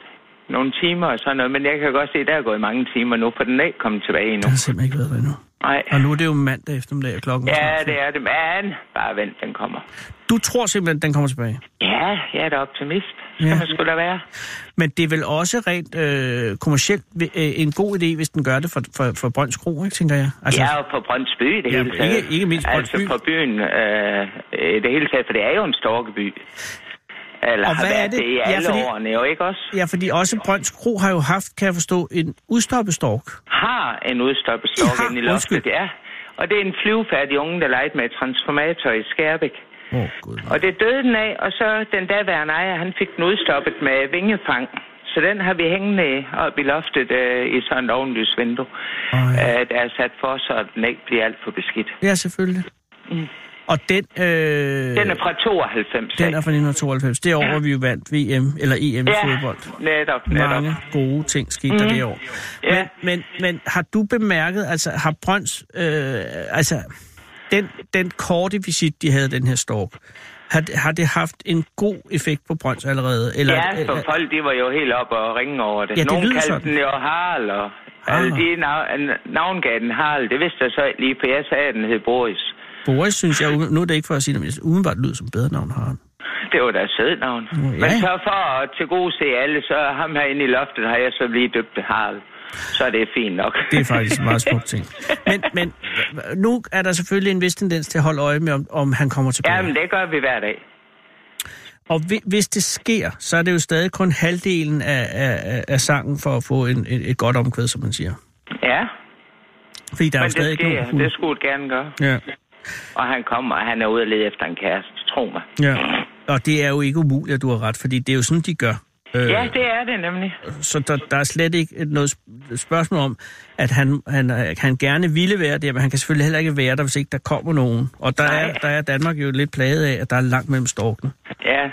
Speaker 8: nogle timer og sådan noget. Men jeg kan godt se, at der er gået mange timer nu, for den er ikke kommet tilbage endnu.
Speaker 3: Jeg har simpelthen ikke været der endnu.
Speaker 8: Nej.
Speaker 3: Og nu er det jo mandag eftermiddag og klokken. er
Speaker 8: Ja,
Speaker 3: snart
Speaker 8: det er det, men bare vent, den kommer.
Speaker 3: fem. Du tror simpelthen, den kommer tilbage.
Speaker 8: Ja, jeg er da optimist. Skal
Speaker 3: Ja.
Speaker 8: man sgu da være.
Speaker 3: Men det er vel også rent øh, kommercielt øh, en god idé, hvis den gør det for, for, for Brønds Kro, ikke, tænker jeg?
Speaker 8: Altså, jeg er jo på Brøndsby i det
Speaker 3: Ja,
Speaker 8: hele
Speaker 3: men
Speaker 8: taget.
Speaker 3: ikke- ikke mindst
Speaker 8: Altså
Speaker 3: Brøndsby.
Speaker 8: på byen øh, i det hele taget, for det er jo en storkeby. Eller
Speaker 3: Og
Speaker 8: har
Speaker 3: hvad er
Speaker 8: været
Speaker 3: det?
Speaker 8: det i
Speaker 3: Ja,
Speaker 8: alle
Speaker 3: fordi-
Speaker 8: årene, jo ikke også?
Speaker 3: Ja, fordi også Brønds Kro har jo haft, kan jeg forstå, en udstoppet stork.
Speaker 8: Har en udstoppet stork
Speaker 3: Ja,
Speaker 8: inde i
Speaker 3: undskyld.
Speaker 8: loftet, ja. Og det er en flyvefærdig unge, der legede med et transformator i Skærbæk.
Speaker 3: Åh, oh, gud.
Speaker 8: Og det døde den af, og så den daværende ejer, han fik den udstoppet med vingefang. Så den har vi hængende op i loftet øh, i sådan et ovenlysvindue,
Speaker 3: Ej.
Speaker 8: øh, der er sat for, så den ikke bliver alt for beskidt.
Speaker 3: Ja, selvfølgelig. Og den... Øh,
Speaker 8: Mm. Den er fra 92.
Speaker 3: den
Speaker 8: af.
Speaker 3: er fra 1992. Det år, hvor vi jo vandt VM, eller EM i fodbold.
Speaker 8: netop, netop.
Speaker 3: Mange gode ting skete der det år.
Speaker 8: Mhm. Ja.
Speaker 3: Men, men, men har du bemærket, altså har Brønds, øh, altså den, den korte visit, de havde den her stork, har, det- har det haft en god effekt på Brønds allerede? Eller, øh,
Speaker 8: Ja, for folk, de var jo helt op og ringe over det.
Speaker 3: Ja, det
Speaker 8: Nogen
Speaker 3: lyder
Speaker 8: kaldte
Speaker 3: sådan. Ah.
Speaker 8: den jo Harald, og
Speaker 3: Harald.
Speaker 8: alle de nav- navngav den Harald. Det vidste jeg så ikke lige, for jeg sagde, at den hed Boris.
Speaker 3: Boris, synes jeg, ude- nu er det ikke for at sige det, men udenbart lyder som bedre navn har han.
Speaker 8: Det var da et sødt navn.
Speaker 3: ja.
Speaker 8: Men så for at til gode se alle, så ham herinde i loftet har jeg så lige døbt det Harald. Så det er fint nok.
Speaker 3: Det er faktisk en meget smukt ting. Men, men nu er der selvfølgelig en vis tendens til at holde øje med, om, om han kommer tilbage.
Speaker 8: Jamen, det gør vi hver dag.
Speaker 3: Og hvi- hvis det sker, så er det jo stadig kun halvdelen af, af, af- af sangen for at få en, et, et godt omkvæd, som man siger.
Speaker 8: Ja,
Speaker 3: Fordi der er
Speaker 8: men
Speaker 3: jo stadig
Speaker 8: det
Speaker 3: ikke nogen
Speaker 8: sker.
Speaker 3: hunde.
Speaker 8: Det skulle det gerne gøre.
Speaker 3: Ja,
Speaker 8: Og han kommer, og han er ude og lede efter en kæreste, tro mig.
Speaker 3: ja. Og det er jo ikke umuligt, at du har ret, fordi det er jo sådan, de gør. Øh,
Speaker 8: Ja, det er det nemlig.
Speaker 3: Så der, der er slet ikke et- noget sp- spørgsmål om, at han, han, øh, han gerne ville være der, men han kan selvfølgelig heller ikke være der, hvis ikke der kommer nogen. Og der, er,
Speaker 8: Nej.
Speaker 3: der er Danmark jo lidt plaget af, at der er langt mellem storkene.
Speaker 8: Ja,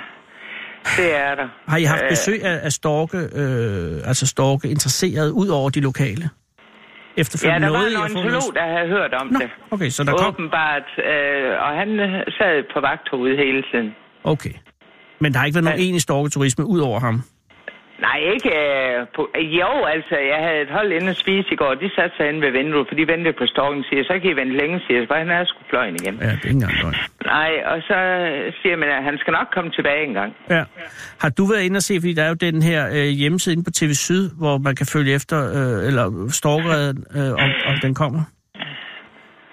Speaker 8: det er der.
Speaker 3: Har I haft
Speaker 8: Øh,
Speaker 3: besøg af, af storke, øh, altså storke interesseret ud over de lokale?
Speaker 8: Ja,
Speaker 3: Efterfølgende
Speaker 8: der var
Speaker 3: nåede
Speaker 8: en
Speaker 3: I at få
Speaker 8: ornitolog, der havde hørt om
Speaker 3: Nå,
Speaker 8: det.
Speaker 3: okay, så der kom...
Speaker 8: Åbenbart, øh, og han øh, sad på vagthovedet hele tiden.
Speaker 3: Okay. Men der har ikke været nogen
Speaker 8: Ja.
Speaker 3: egentlig storketurisme ud over ham?
Speaker 8: Nej, ikke øh, på... Jo, altså, jeg havde et hold inde og spise i går, de satte sig inde ved vinduet, for de ventede på storken, siger, jeg, så kan I vente længe, siger jeg, for han er sgu fløjen igen.
Speaker 3: Ja, det er ikke engang løgn.
Speaker 8: Nej, og så siger man, at han skal nok komme tilbage en gang.
Speaker 3: Ja. Har du været inde og se, fordi der er jo den her øh, hjemmeside inde på TV Syd, hvor man kan følge efter, øh, eller storkereden, øh, om, om den kommer?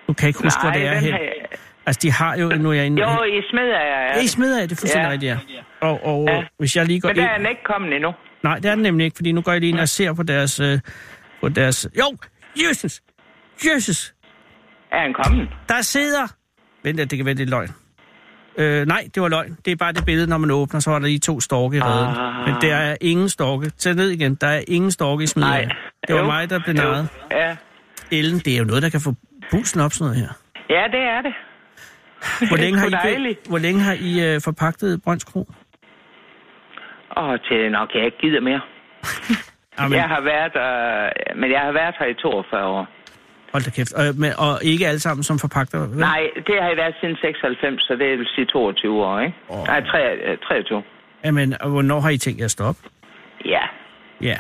Speaker 3: Du kan ikke huske,
Speaker 8: Nej,
Speaker 3: hvor det er
Speaker 8: den
Speaker 3: her.
Speaker 8: har jeg-
Speaker 3: Altså, de har jo... Nu er jeg inde...
Speaker 8: Jo, i smed er jeg.
Speaker 3: Ja, I smider af det er fuldstændig
Speaker 8: Ja.
Speaker 3: rigtigt, ja. Og, og
Speaker 8: Ja.
Speaker 3: øh, hvis jeg lige går
Speaker 8: Men der
Speaker 3: ind...
Speaker 8: er han ikke kommet endnu.
Speaker 3: Nej, det er den nemlig ikke, fordi nu går jeg lige ind og ser på deres... Øh, på deres... Jo! Jesus! Jesus!
Speaker 8: Er han kommet?
Speaker 3: Der sidder... Vent lidt, det kan være lidt løgn. Øh, nej, det var løgn. Det er bare det billede, når man åbner, så var der lige to storke i redden.
Speaker 8: Ah.
Speaker 3: Men der er ingen storke. Tag ned igen. Der er ingen storke i
Speaker 8: Nej.
Speaker 3: smideren. Det var
Speaker 8: Jo.
Speaker 3: mig, der blev
Speaker 8: Jo.
Speaker 3: narret.
Speaker 8: Ja.
Speaker 3: Ellen, det er jo noget, der kan få pulsen op, sådan noget her.
Speaker 8: ja, det er det.
Speaker 3: Hvor
Speaker 8: Det er
Speaker 3: længe har
Speaker 8: sgu
Speaker 3: I,
Speaker 8: dejligt.
Speaker 3: hvor længe har I øh, forpagtet Brønds Kro?
Speaker 8: Og til nok, jeg ikke gider mere.
Speaker 3: Jamen,
Speaker 8: Jeg har været, øh, men jeg har været her i 42 år.
Speaker 3: hold da kæft. Og, men, og ikke alle sammen som forpagter? vel?
Speaker 8: Nej, det har jeg været siden 96, så det vil sige 22 år, ikke?
Speaker 3: Åh.
Speaker 8: Oh. Nej, tre- øh, 23.
Speaker 3: Jamen, og hvornår har I tænkt jer at stoppe?
Speaker 8: Ja,
Speaker 3: Ja.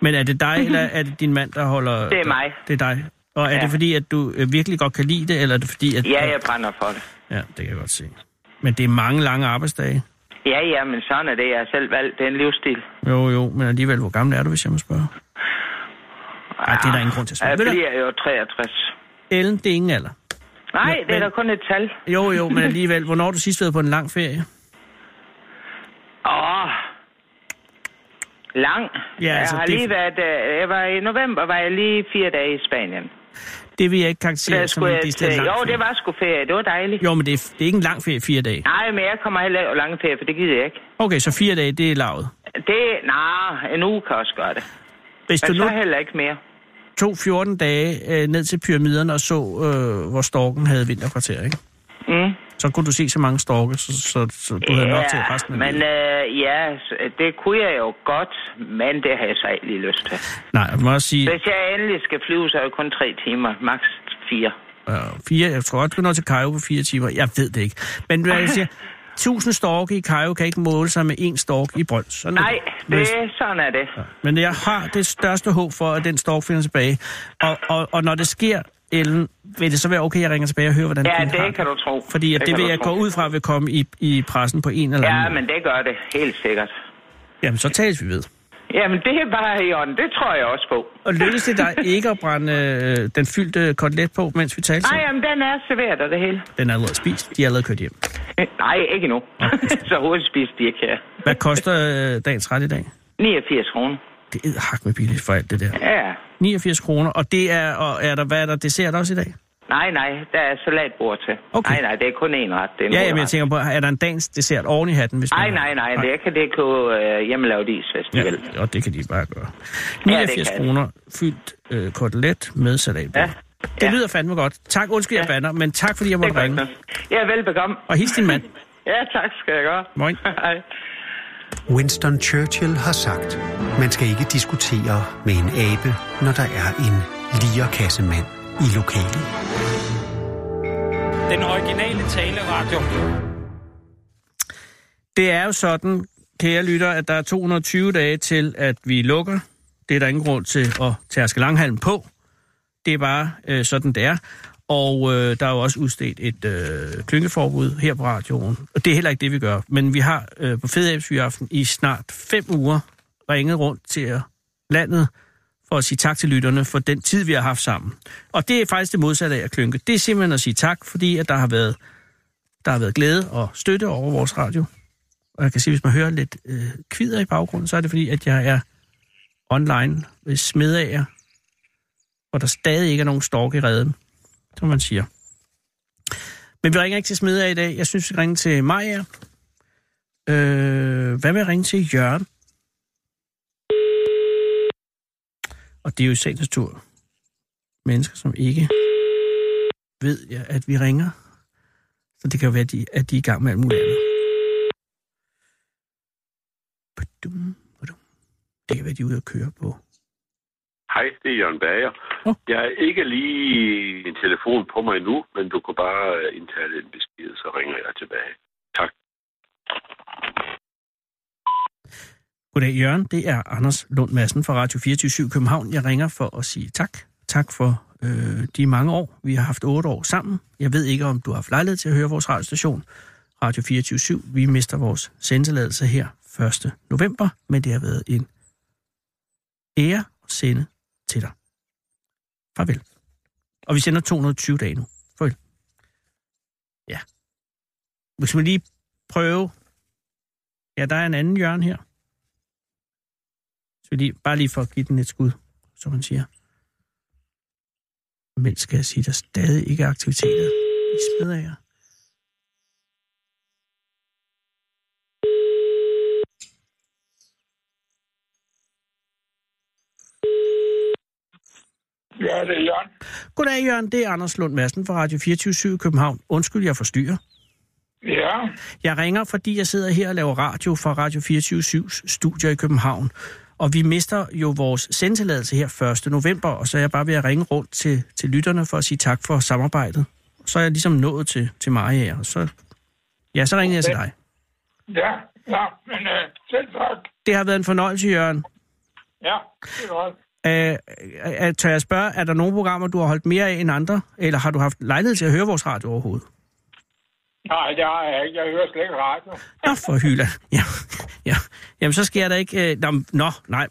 Speaker 3: Men er det dig, eller er det din mand, der holder...
Speaker 8: Det er mig.
Speaker 3: Det er dig. Og er ja.
Speaker 8: Ja.
Speaker 3: det fordi, at du øh, virkelig godt kan lide det, eller er det fordi, at...
Speaker 8: ja jeg brænder for det.
Speaker 3: Ja, det kan jeg godt se. Men det er mange lange arbejdsdage.
Speaker 8: Ja, ja, men sådan er det. Jeg har selv valgt den livsstil.
Speaker 3: Jo, jo, men alligevel, hvor gammel er du, hvis jeg må spørge? Ej, det er der ingen grund til at spørge.
Speaker 8: Jeg
Speaker 3: Ved du-
Speaker 8: bliver jo 63.
Speaker 3: Ellen, det er ingen alder.
Speaker 8: Nej,
Speaker 3: Nå,
Speaker 8: det er
Speaker 3: men-
Speaker 8: da kun et tal.
Speaker 3: Jo, jo, men alligevel, hvornår har du sidst været på en lang ferie?
Speaker 8: Åh, lang.
Speaker 3: Ja,
Speaker 8: jeg
Speaker 3: altså,
Speaker 8: har
Speaker 3: det-
Speaker 8: lige været... øh, Jeg var i november, var jeg lige fire dage i Spanien.
Speaker 3: Det vil jeg ikke
Speaker 8: Der
Speaker 3: karakterisere som
Speaker 8: skulle
Speaker 3: en
Speaker 8: jeg
Speaker 3: decideret
Speaker 8: til-
Speaker 3: lang
Speaker 8: Jo,
Speaker 3: ferie.
Speaker 8: det var sgu ferie. Det var dejligt.
Speaker 3: Jo, men det er, det er ikke en lang ferie, fire dage.
Speaker 8: Nej, men jeg kommer heller ikke på lange ferie, for det gider jeg ikke.
Speaker 3: Okay, så fire dage, det er lavet.
Speaker 8: Det, nej, en uge kan også gøre det.
Speaker 3: Hvis du
Speaker 8: Men
Speaker 3: nu
Speaker 8: så heller ikke mere.
Speaker 3: tog 14 dage øh, ned til pyramiderne og så, øh, hvor storken havde vinterkvarter, ikke?
Speaker 8: Mm.
Speaker 3: så kunne du se så mange storke, så, så, så du havde nok til resten af
Speaker 8: men
Speaker 3: livet.
Speaker 8: øh, ja, s- det kunne jeg jo godt, men det har jeg så ikke lige lyst til.
Speaker 3: Nej, jeg må også sige,
Speaker 8: Hvis jeg endelig skal flyve, så er det kun tre timer, maks fire.
Speaker 3: øh, fire, jeg tror godt, du når til Kajo på fire timer. Jeg ved det ikke. Men hvad jeg siger, tusind storke i Kajo kan ikke måle sig med en stork i Brøns. Sådan er
Speaker 8: Nej, det, sådan er det.
Speaker 3: Men jeg har det største håb for, at den stork finder tilbage. Og, og, og når det sker, Ellen, vil det så være okay, at jeg ringer tilbage og hører, hvordan
Speaker 8: Ja,
Speaker 3: den har
Speaker 8: det kan du tro.
Speaker 3: Fordi at det, det
Speaker 8: kan
Speaker 3: vil
Speaker 8: du
Speaker 3: jeg
Speaker 8: tro.
Speaker 3: gå ud fra, vil komme i, i pressen på en eller anden
Speaker 8: Ja,
Speaker 3: måde.
Speaker 8: men det gør det, helt sikkert.
Speaker 3: Jamen, så tales vi ved.
Speaker 8: Jamen, det er bare i orden. Det tror jeg også på.
Speaker 3: Og lykkedes det dig ikke at brænde øh, den fyldte kotelet på, mens vi talte?
Speaker 8: Nej,
Speaker 3: sammen?
Speaker 8: jamen, den er serveret og det hele.
Speaker 3: Den er allerede spist. De er allerede kørt hjem.
Speaker 8: Nej, ikke nu. så hurtigt spiser de ikke her.
Speaker 3: Hvad koster øh, dagens ret i dag?
Speaker 8: 89 kroner.
Speaker 3: Det er hak med billigt for alt det der.
Speaker 8: Ja.
Speaker 3: 89 kroner, og det er, og er der, hvad er der dessert også i dag?
Speaker 8: Nej, nej, der er salatbord til.
Speaker 3: Okay.
Speaker 8: Nej, nej, det er kun én ret. Det er en
Speaker 3: Ja,
Speaker 8: hovedret.
Speaker 3: jamen, jeg tænker på, er der en dagens dessert oven i hatten? Hvis man
Speaker 8: Nej,
Speaker 3: har-
Speaker 8: nej, nej, det kan det kunne øh, hjemmelavet is, hvis de vil.
Speaker 3: Ja, og det kan de bare gøre.
Speaker 8: Ja,
Speaker 3: 89
Speaker 8: det kan de.
Speaker 3: kroner fyldt øh, kotelet med salatbord.
Speaker 8: Ja.
Speaker 3: Det lyder fandme godt. Tak, undskyld, jeg bander, men tak fordi jeg
Speaker 8: Det
Speaker 3: måtte
Speaker 8: er godt
Speaker 3: ringe.
Speaker 8: nok. Ja, velbekomme.
Speaker 3: Og hils din mand.
Speaker 8: Ja, tak skal jeg gøre.
Speaker 3: Moin.
Speaker 8: Hej.
Speaker 2: Winston Churchill har sagt, man skal ikke diskutere med en abe, når der er en lierkassemand i lokalet.
Speaker 5: Den originale taleradio.
Speaker 3: Det er jo sådan, kære lytter, at der er 220 dage til, at vi lukker. Det er der ingen grund til at tærske langhalm på. Det er bare øh, sådan, det er. Og øh, der er jo også udstedt et øh, klynkeforbud her på radioen. Og det er heller ikke det, vi gør. Men vi har øh, på Fedabsbyaften i snart fem uger ringet rundt til landet for at sige tak til lytterne for den tid, vi har haft sammen. Og det er faktisk det modsatte af at klynke. Det er simpelthen at sige tak, fordi at der har været, der har været glæde og støtte over vores radio. Og jeg kan sige, hvis man hører lidt øh, kvider i baggrunden, så er det fordi, at jeg er online ved smedager, hvor der stadig ikke er nogen stork i redden, som man siger. Men vi ringer ikke til smedager i dag. Jeg synes, vi ringer til Maja. Øh, hvad med at ringe til Jørgen? Og det er jo i sagens tur. Mennesker, som ikke ved, ja, at vi ringer. Så det kan jo være, at de, at de er i gang med alt muligt andet. Badum, badum. Det kan være, de er ude at køre på.
Speaker 9: Hej, det er Jørgen Bager.
Speaker 3: Nå.
Speaker 9: Jeg har ikke lige en telefon på mig nu, men du kan bare øh, indtale en besked, så ringer jeg tilbage. Tak.
Speaker 3: Goddag, Jørgen. Det er Anders Lund Madsen fra Radio 24 København. Jeg ringer for at sige tak. Tak for øh, de mange år. Vi har haft otte år sammen. Jeg ved ikke, om du har haft lejlighed til at høre vores radiostation. Radio 24 Vi mister vores sendetilladelse her 1. november, men det har været en ære at sende til dig. Farvel. Og vi sender 220 dage nu. Farvel. Ja. Hvis man lige prøve... Ja, der er en anden Jørgen her. Så lige, bare lige for at give den et skud, som man siger. Men skal jeg sige, der stadig ikke er aktiviteter i smedager.
Speaker 9: Ja, det er Jørgen.
Speaker 3: Goddag, Jørgen. Det er Anders Lund Madsen fra Radio 24 i København. Undskyld, jeg forstyrrer.
Speaker 9: Ja,
Speaker 3: Jeg ringer, fordi jeg sidder her og laver radio fra Radio 24-7's studier i København. Og vi mister jo vores sendtilladelse her 1. november, og så er jeg bare ved at ringe rundt til, til lytterne for at sige tak for samarbejdet. Så er jeg ligesom nået til, til Maja, og så, ja, så ringede jeg til dig.
Speaker 9: ja, ja, men øh, selv tak.
Speaker 3: Det har været en fornøjelse, Jørgen.
Speaker 9: Ja, det er godt.
Speaker 3: Øh, øh, tør jeg spørge, er der nogle programmer, du har holdt mere af end andre? Eller har du haft lejlighed til at høre vores radio overhovedet?
Speaker 9: Nej, det har jeg ikke. Jeg hører slet ikke radio.
Speaker 3: Nå, for hylder. Ja, ja. Jamen, så sker der ikke... Øh, nå, men- nå, nej.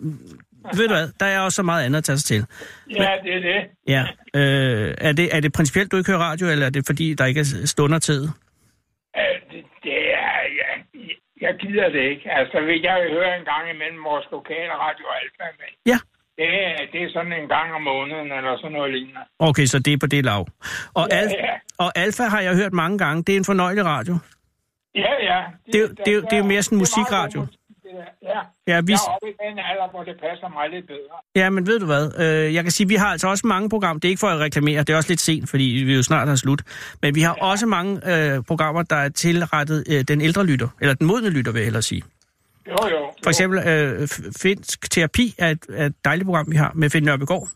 Speaker 3: Ved du hvad, der er også så meget andet at tage sig til.
Speaker 9: Ja, det er det.
Speaker 3: Ja. Øh, er, det, er det principielt, du ikke hører radio, eller er det fordi, der ikke er stunder tid?
Speaker 9: Øh, det, det er, jeg, jeg gider det ikke. Altså, vil jeg høre en gang imellem vores lokale radio Alfa, men
Speaker 3: Ja.
Speaker 9: det, er- det er sådan en gang om måneden, eller sådan noget lignende.
Speaker 3: Okay, så det er på det lav. Og,
Speaker 9: Ja,
Speaker 3: Al-
Speaker 9: ja.
Speaker 3: og Alfa har jeg hørt mange gange. Det er en fornøjelig radio.
Speaker 9: Ja, ja.
Speaker 3: Det er jo- det er jo- det er jo mere sådan
Speaker 9: det er meget
Speaker 3: musikradio.
Speaker 9: god musik, det der. Ja,
Speaker 3: Ja, vi,
Speaker 9: jeg er oppe i den alder, hvor det passer mig lidt bedre.
Speaker 3: Ja, men ved du hvad? Øh, jeg kan sige, at vi har altså også mange programmer. Det er ikke for at reklamere, det er også lidt sent, fordi vi jo snart har slut. Men vi har også mange øh, programmer, der er tilrettet øh, den ældre lytter, eller den modne lytter, vil jeg hellere sige.
Speaker 9: Jo, jo.
Speaker 3: For eksempel øh, F- Finsk Terapi er et, er et dejligt program, vi har med Finn Nørbegaard.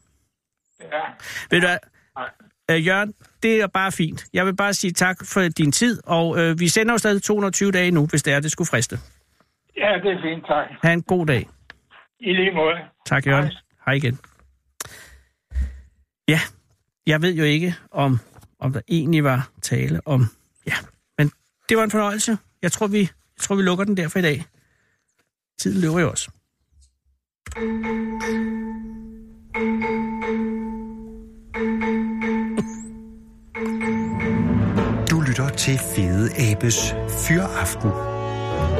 Speaker 9: Ja.
Speaker 3: Ved du hvad? Øh, Jørgen, det er bare fint. Jeg vil bare sige tak for din tid, og øh, vi sender jo stadig 220 dage nu, hvis det er, det skulle friste.
Speaker 9: Ja, det er fint, tak.
Speaker 3: Ha' en god dag.
Speaker 9: I lige måde.
Speaker 3: Tak, Jørgen. Hej,
Speaker 9: Hej.
Speaker 3: Hej igen. Ja, jeg ved jo ikke, om, om der egentlig var tale om... Ja, men det var en fornøjelse. Jeg tror, vi, jeg tror, vi lukker den der for i dag. Tiden løber jo også.
Speaker 2: Du lytter til Fede Abes Fyraften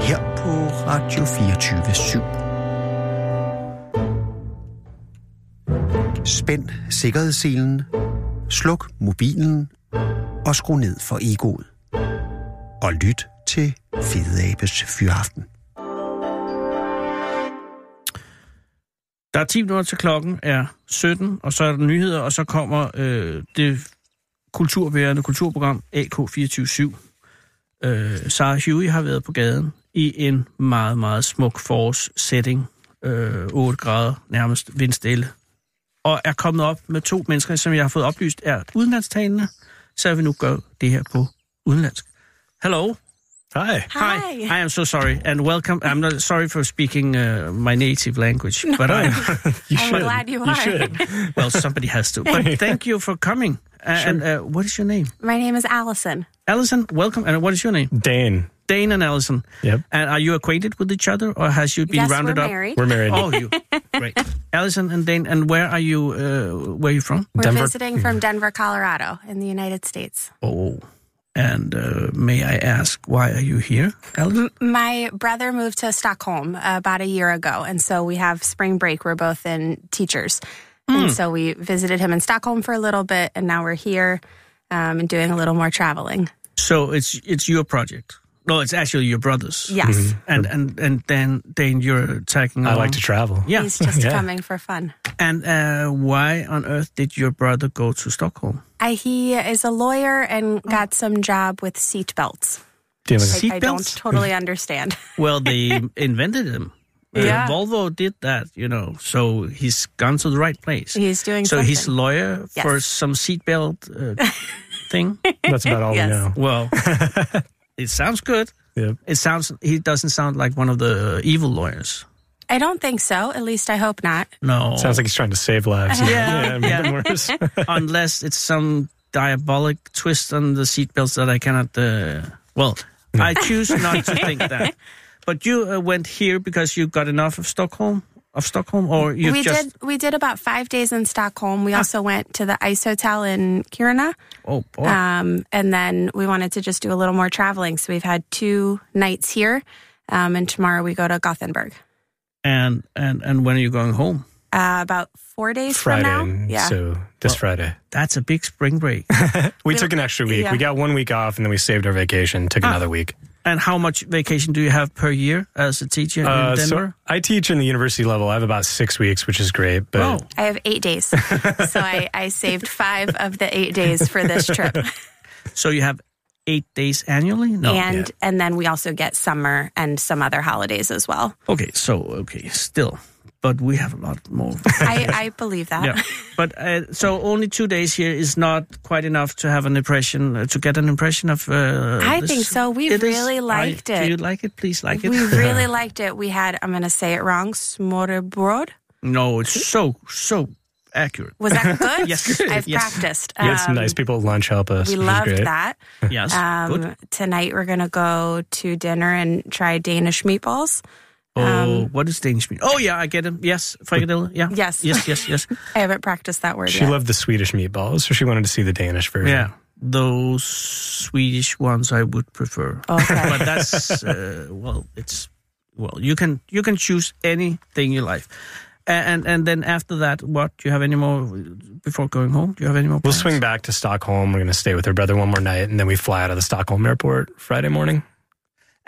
Speaker 2: her på Radio 24 Spænd sikkerhedsselen, sluk mobilen og skru ned for egoet. Og lyt til Fede Abes Fyraften.
Speaker 3: Der er 10 minutter til klokken er 17, og så er der nyheder, og så kommer øh, det kulturværende kulturprogram AK247. Øh, Sarah Huey har været på gaden i en meget, meget smuk forårs-setting. Øh, 8 grader, nærmest vindstille. Og er kommet op med to mennesker, som jeg har fået oplyst er udenlandstalende. Så vil vi nu gøre det her på udenlandsk. Hello.
Speaker 10: Hi.
Speaker 3: Hi. I am so sorry and welcome. I'm not sorry for speaking uh, my native language, but I
Speaker 10: You
Speaker 11: I'm
Speaker 10: should.
Speaker 11: glad
Speaker 10: You
Speaker 11: you are.
Speaker 10: should.
Speaker 3: well, somebody has to. But thank you for coming. Uh, And uh, what is your name?
Speaker 11: My name is Allison.
Speaker 3: Alison, welcome. And what is your name?
Speaker 10: Dan.
Speaker 3: Dane and Alison.
Speaker 10: Yep.
Speaker 3: And are you acquainted with each other, or has you been
Speaker 11: yes,
Speaker 3: rounded
Speaker 11: we're
Speaker 3: up?
Speaker 11: married.
Speaker 10: We're married.
Speaker 3: Oh, you great, Alison and Dane. And where are you? Uh, where are you from?
Speaker 11: We're
Speaker 10: Denver-
Speaker 11: visiting from Denver, Colorado, in the United States.
Speaker 3: Oh, and uh, may I ask why are you here, Alison?
Speaker 11: My brother moved to Stockholm about a year ago, and so we have spring break. We're both in teachers,
Speaker 3: Hmm.
Speaker 11: and so we visited him in Stockholm for a little bit, and now we're here um, and doing a little more traveling.
Speaker 3: So it's it's your project. No, it's actually your brother's.
Speaker 11: Yes,
Speaker 3: And and and then Dane, you're tagging
Speaker 10: Mm-hmm. I
Speaker 3: along.
Speaker 10: like to travel.
Speaker 3: Yeah.
Speaker 11: he's just
Speaker 10: Yeah.
Speaker 11: coming for fun.
Speaker 3: And uh, why on earth did your brother go to Stockholm?
Speaker 11: I, he is a lawyer and got some job with seatbelts.
Speaker 10: Dealing with-
Speaker 11: I don't
Speaker 3: Seatbelts?
Speaker 11: totally understand.
Speaker 3: Well, they invented them. Uh,
Speaker 11: Yeah.
Speaker 3: Volvo did that, you know. So he's gone to the right place.
Speaker 11: He's doing
Speaker 3: so
Speaker 11: something.
Speaker 3: he's lawyer
Speaker 11: Yes.
Speaker 3: for some seatbelt uh, thing.
Speaker 10: That's about all
Speaker 11: Yes.
Speaker 10: we know.
Speaker 3: Well, it sounds good.
Speaker 10: Yep.
Speaker 3: It sounds. He doesn't sound like one of the evil lawyers.
Speaker 11: I don't think so. At least I hope not.
Speaker 3: No.
Speaker 10: Sounds like he's trying to save lives.
Speaker 3: Yeah.
Speaker 10: yeah.
Speaker 3: Yeah.
Speaker 10: even worse.
Speaker 3: unless it's some diabolic twist on the seatbelts that I cannot. Uh, well, I choose not to think that. But you uh, went here because you got enough of Stockholm, of Stockholm, or you
Speaker 11: we
Speaker 3: just
Speaker 11: did we did about five days in Stockholm. We also went to the Ice Hotel in Kiruna,
Speaker 3: oh boy.
Speaker 11: um, and then we wanted to just do a little more traveling. So we've had two nights here, um, and tomorrow we go to Gothenburg.
Speaker 3: and and and when are you going home?
Speaker 11: Uh, about four days from now,
Speaker 10: Friday.
Speaker 11: yeah.
Speaker 10: So this Friday.
Speaker 3: That's a big spring break.
Speaker 10: We took an extra week.
Speaker 11: yeah. Ah.
Speaker 10: We got one week off and then we saved our vacation, took another week.
Speaker 3: and how much vacation do you have per year as a teacher
Speaker 10: Uh,
Speaker 3: in
Speaker 10: so
Speaker 3: Denver?
Speaker 10: I teach in the university level. I have about six weeks, which is great. But
Speaker 3: oh,
Speaker 11: I have eight days, so I, I saved five of the eight days for this trip,
Speaker 3: so you have eight days annually? No.
Speaker 11: and and then we also get summer and some other holidays as well.
Speaker 3: okay, so okay, still, but we have a lot more.
Speaker 11: I, I believe that.
Speaker 3: yeah. But uh, so only two days here is not quite enough to have an impression uh, to get an impression of. Uh,
Speaker 11: I
Speaker 3: this-
Speaker 11: think so. We
Speaker 3: It is-
Speaker 11: really liked
Speaker 3: Do
Speaker 11: it.
Speaker 3: you like it? Please like it.
Speaker 11: We really liked it. We had, I'm going to say it wrong, smørrebrød.
Speaker 3: no, it's so so accurate.
Speaker 11: Was that good?
Speaker 3: Yes.
Speaker 11: I've
Speaker 3: Yes.
Speaker 11: practiced.
Speaker 10: we had some
Speaker 11: Um,
Speaker 10: nice people at lunch help us.
Speaker 11: We
Speaker 10: which is
Speaker 11: loved
Speaker 10: great.
Speaker 11: that.
Speaker 3: Yes, good.
Speaker 11: Um, tonight we're going to go to dinner and try Danish meatballs. Um,
Speaker 3: Oh, what is Danish meat? Oh yeah, I get it. Yes, frikadelle. Yeah.
Speaker 11: Yes.
Speaker 3: Yes. Yes. Yes.
Speaker 11: I haven't practiced that word
Speaker 10: She
Speaker 11: yet.
Speaker 10: loved the Swedish meatballs, so she wanted to see the Danish version.
Speaker 3: yeah. Those Swedish ones I would prefer.
Speaker 11: Oh, Okay.
Speaker 3: but that's uh, well it's well you can you can choose anything you like A- and and then after that what do you have any more before going home do you have any more
Speaker 10: We'll
Speaker 3: plans?
Speaker 10: swing back to Stockholm. We're going to stay with her brother one more night, and then we fly out of the Stockholm airport Friday morning.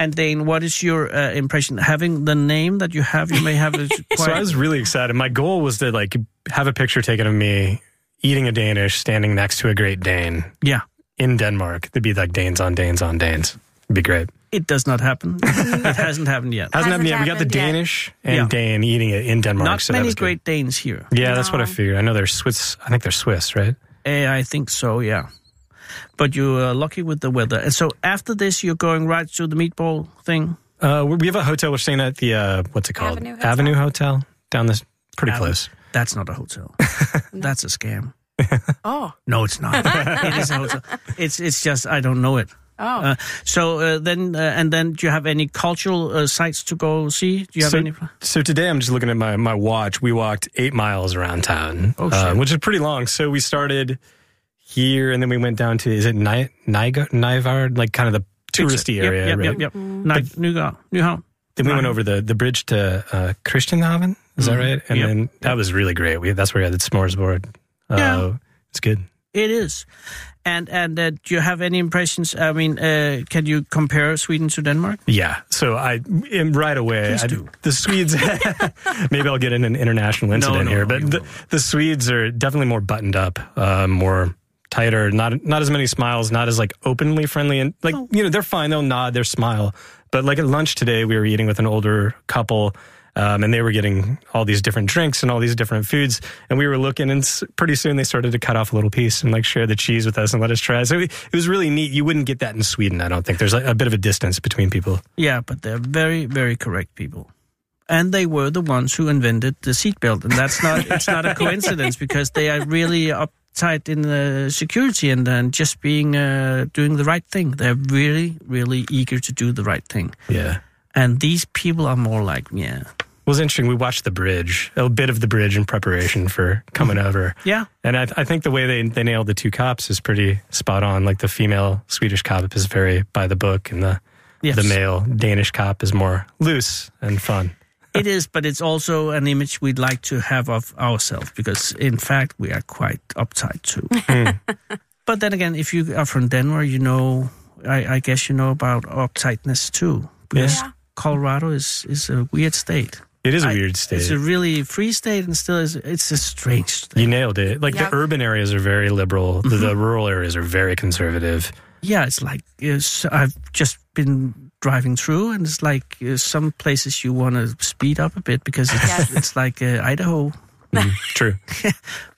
Speaker 3: and Dane what is your uh, impression having the name that you have you may have it quite
Speaker 10: So I was really excited. My goal was to like have a picture taken of me eating a Danish, standing next to a Great Dane
Speaker 3: yeah
Speaker 10: in Denmark. It'd be like Danes on Danes on Danes. It'd be great.
Speaker 3: it does not happen it hasn't happened yet
Speaker 10: Hasn't, happened
Speaker 11: Hasn't
Speaker 10: yet. We got the
Speaker 11: happened yet.
Speaker 10: Danish and
Speaker 3: Yeah.
Speaker 10: Dane eating it in Denmark.
Speaker 3: not
Speaker 10: so that
Speaker 3: many
Speaker 10: was good.
Speaker 3: great Danes here
Speaker 10: Yeah, that's what I
Speaker 11: No.
Speaker 10: figured. I know they're Swiss. I think they're Swiss, right?
Speaker 3: uh, Eh, I think so, yeah. But you are lucky with the weather. And so after this, you're going right to the meatball thing?
Speaker 10: Uh, we have a hotel. We're staying at the, uh, what's it called?
Speaker 3: Avenue Hotel.
Speaker 10: Avenue Hotel down this, pretty
Speaker 3: Avenue.
Speaker 10: close.
Speaker 3: That's not a hotel. That's a scam.
Speaker 11: Oh.
Speaker 3: No, it's not. it is a hotel. It's, it's just, I don't know it.
Speaker 11: Oh.
Speaker 3: Uh, so uh, then, uh, and then, do you have any cultural uh, sites to go see? Do you have
Speaker 10: so,
Speaker 3: any?
Speaker 10: so today I'm just looking at my, my watch. We walked eight miles around town,
Speaker 3: Oh,
Speaker 10: uh,
Speaker 3: shit.
Speaker 10: which is pretty long. So we started here and then we went down to, is it Ni- Niga- Nivard? Like kind of the touristy area.
Speaker 3: Yep,
Speaker 10: right?
Speaker 3: yep, Uh-huh. yep. yep. Ny- Nyhavn. Nyhavn.
Speaker 10: Then we went over the, the bridge to uh, Christianhaven. Is that
Speaker 3: Mhm.
Speaker 10: right? And
Speaker 3: Yep.
Speaker 10: then that was really great. We, that's where we had the s'mores board. Uh,
Speaker 3: Yeah.
Speaker 10: It's good.
Speaker 3: It is. And and uh, do you have any impressions? I mean, uh, can you compare Sweden to Denmark?
Speaker 10: Yeah. So I am right away.
Speaker 3: Please
Speaker 10: I,
Speaker 3: do.
Speaker 10: The Swedes. maybe I'll get in an international incident
Speaker 3: no,
Speaker 10: here,
Speaker 3: no, you
Speaker 10: but the, the Swedes are definitely more buttoned up, uh, more tighter. Not not as many smiles. Not as like openly friendly. And like you know, they're fine. They'll nod. They'll smile. But like at lunch today, we were eating with an older couple. Um, and they were getting all these different drinks and all these different foods, and we were looking. And s- pretty soon, they started to cut off a little piece and like share the cheese with us and let us try. it. So it it was really neat. You wouldn't get that in Sweden, I don't think. There's like a bit of a distance between people.
Speaker 3: Yeah, but they're very very correct people, and they were the ones who invented the seatbelt, and that's not it's not a coincidence because they are really uptight in the security and and just being uh, doing the right thing. They're really really eager to do the right thing,
Speaker 10: Yeah.
Speaker 3: and these people are more like yeah
Speaker 10: Well, it's interesting. We watched the bridge, a bit of the bridge in preparation for coming over.
Speaker 3: yeah
Speaker 10: And I, I think the way they, they nailed the two cops is pretty spot on. Like the female Swedish cop is very by the book, and the
Speaker 3: Yes.
Speaker 10: the male Danish cop is more loose and fun.
Speaker 3: it is, but it's also an image we'd like to have of ourselves because, in fact, we are quite uptight too.
Speaker 10: Hmm.
Speaker 3: but then again, if you are from Denver, you know, I, I guess you know about uptightness too. Because
Speaker 10: Yeah.
Speaker 3: Colorado is, is a weird state.
Speaker 10: It is a
Speaker 3: I-
Speaker 10: weird state.
Speaker 3: It's a really free state and still is, it's a strange state.
Speaker 10: you nailed it. Like
Speaker 3: Yeah.
Speaker 10: the urban areas are very liberal. The,
Speaker 11: Mm-hmm.
Speaker 10: the rural areas are very conservative.
Speaker 3: Yeah, it's like it's, I've just been driving through, and it's like uh, some places you want to speed up a bit because it's, it's like uh, Idaho.
Speaker 10: True.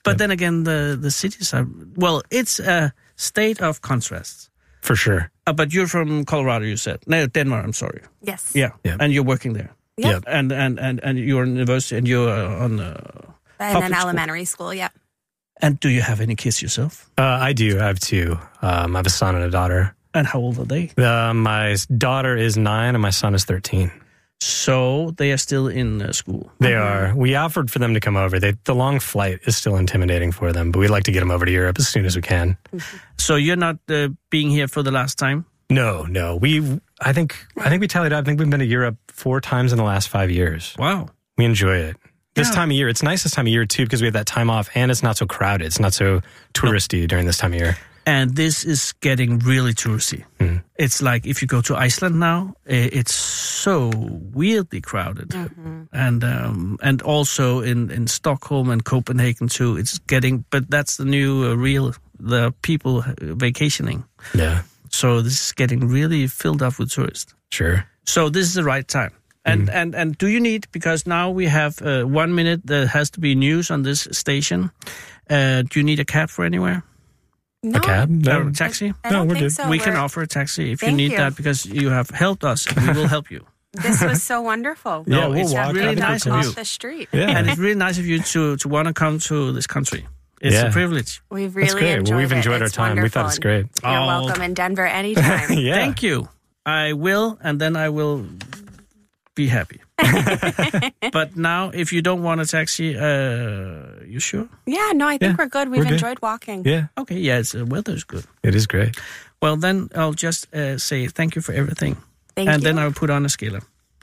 Speaker 3: But then again, the the cities are well. It's a state of contrasts.
Speaker 10: For sure.
Speaker 3: Uh, but you're from Colorado, you said. No, Denmark. I'm sorry.
Speaker 11: Yes.
Speaker 3: Yeah,
Speaker 10: Yeah.
Speaker 3: and you're working there.
Speaker 11: Yeah. Yeah.
Speaker 3: and and and and you're in university, and you're uh, on. Uh,
Speaker 11: And
Speaker 3: Public
Speaker 11: an
Speaker 3: school.
Speaker 11: elementary school, yeah.
Speaker 3: and do you have any kids yourself?
Speaker 10: Uh, I do. I have two. Um, I have a son and a daughter.
Speaker 3: And how old are they?
Speaker 10: Uh, my s- daughter is nine, and my son is thirteen.
Speaker 3: So they are still in uh, school.
Speaker 10: They are. We offered for them to come over. They, the long flight is still intimidating for them, but we'd like to get them over to Europe as soon as we can.
Speaker 3: So you're not uh, being here for the last time.
Speaker 10: No, no. We, I think, I think we tallied up. I think we've been to Europe four times in the last five years.
Speaker 3: Wow.
Speaker 10: We enjoy it. This
Speaker 3: Yeah.
Speaker 10: time of year, it's nice this time of year too because we have that time off and it's not so crowded. It's not so touristy during this time of year.
Speaker 3: and this is getting really touristy. It's like if you go to Iceland now, i- it's so weirdly crowded, and um, and also in in Stockholm and Copenhagen too. It's getting, but that's the new uh, real the people uh, vacationing.
Speaker 10: Yeah,
Speaker 3: So this is getting really filled up with tourists.
Speaker 10: sure.
Speaker 3: So this is the right time. And, and and do you need because now we have uh, one minute there has to be news on this station. Uh, do you need a cab for anywhere?
Speaker 11: No,
Speaker 10: a cab?
Speaker 3: Or a taxi?
Speaker 11: I don't think so.
Speaker 3: we can
Speaker 11: We're-
Speaker 3: offer a taxi if you
Speaker 11: Thank
Speaker 3: need
Speaker 11: you.
Speaker 3: that because you have helped us. and We will help you.
Speaker 11: This was so wonderful.
Speaker 10: Yeah,
Speaker 3: No,
Speaker 10: we'll
Speaker 3: it's
Speaker 10: walk. I
Speaker 3: really
Speaker 10: think we'll
Speaker 3: nice
Speaker 10: come.
Speaker 3: of
Speaker 11: Off
Speaker 3: you.
Speaker 11: the street.
Speaker 10: Yeah.
Speaker 3: And it's really nice of you to, to want to come to this country. It's
Speaker 10: Yeah.
Speaker 3: a privilege.
Speaker 11: We've
Speaker 10: That's
Speaker 11: really
Speaker 10: great. Well,
Speaker 11: enjoyed
Speaker 10: we've
Speaker 11: it.
Speaker 10: enjoyed our
Speaker 11: It's
Speaker 10: time. We thought
Speaker 11: wonderful.
Speaker 10: it's great.
Speaker 11: You're
Speaker 3: Oh.
Speaker 11: welcome in Denver anytime.
Speaker 10: yeah.
Speaker 3: Thank you. I will, and then I will be happy. but now, if you don't want a taxi, uh, you sure?
Speaker 11: Yeah, no, I think
Speaker 10: Yeah,
Speaker 11: we're good. We've
Speaker 10: we're good.
Speaker 11: enjoyed walking.
Speaker 10: Yeah,
Speaker 3: Okay, yeah, it's, the weather's good.
Speaker 10: it is great.
Speaker 3: Well, then I'll just uh, say thank you for everything.
Speaker 11: Thank
Speaker 3: and
Speaker 11: you.
Speaker 3: then I'll put on a scaler.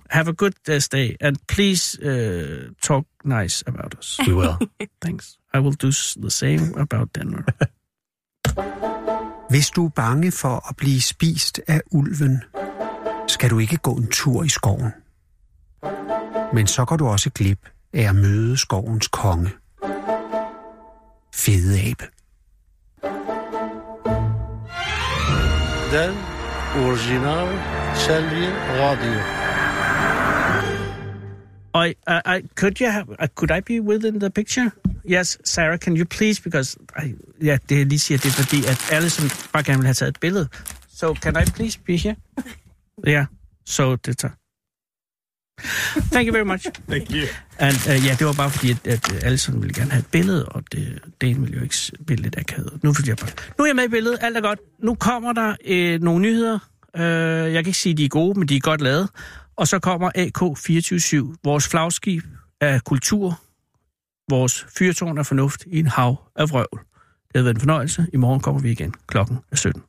Speaker 3: Have a good uh, stay, and please uh, talk nice about us.
Speaker 10: We will.
Speaker 3: Thanks. I will do s- the same about Denmark.
Speaker 2: Hvis du er bange for at blive spist af ulven, skal du ikke gå en tur i skoven. Men så går du også glip af at møde skovens konge. Fede abe.
Speaker 12: Den orijinal Selvi Radio.
Speaker 3: I, I, I could you have? Uh, could I be within the picture? yes, Sarah, can you please, because, I, ja, det jeg lige siger, det er fordi, at alle som bare gerne vil have taget et billede. So, can I please be here? Yeah, so det tager. Thank you very much.
Speaker 10: Thank you.
Speaker 3: And, uh, ja, det var bare fordi, at, at øh, alle sådan ville gerne have et billede, og det, det ville jo ikke s- blive lidt akavet. Nu, fordi jeg bare, nu er jeg med i billedet, alt er godt. Nu kommer der øh, nogle nyheder. Øh, jeg kan ikke sige, at de er gode, men de er godt lavet. Og så kommer AK247, vores flagskib af kultur, vores fyrtårn af fornuft i en hav af vrøvl. Det har været en fornøjelse. I morgen kommer vi igen. Klokken er 17.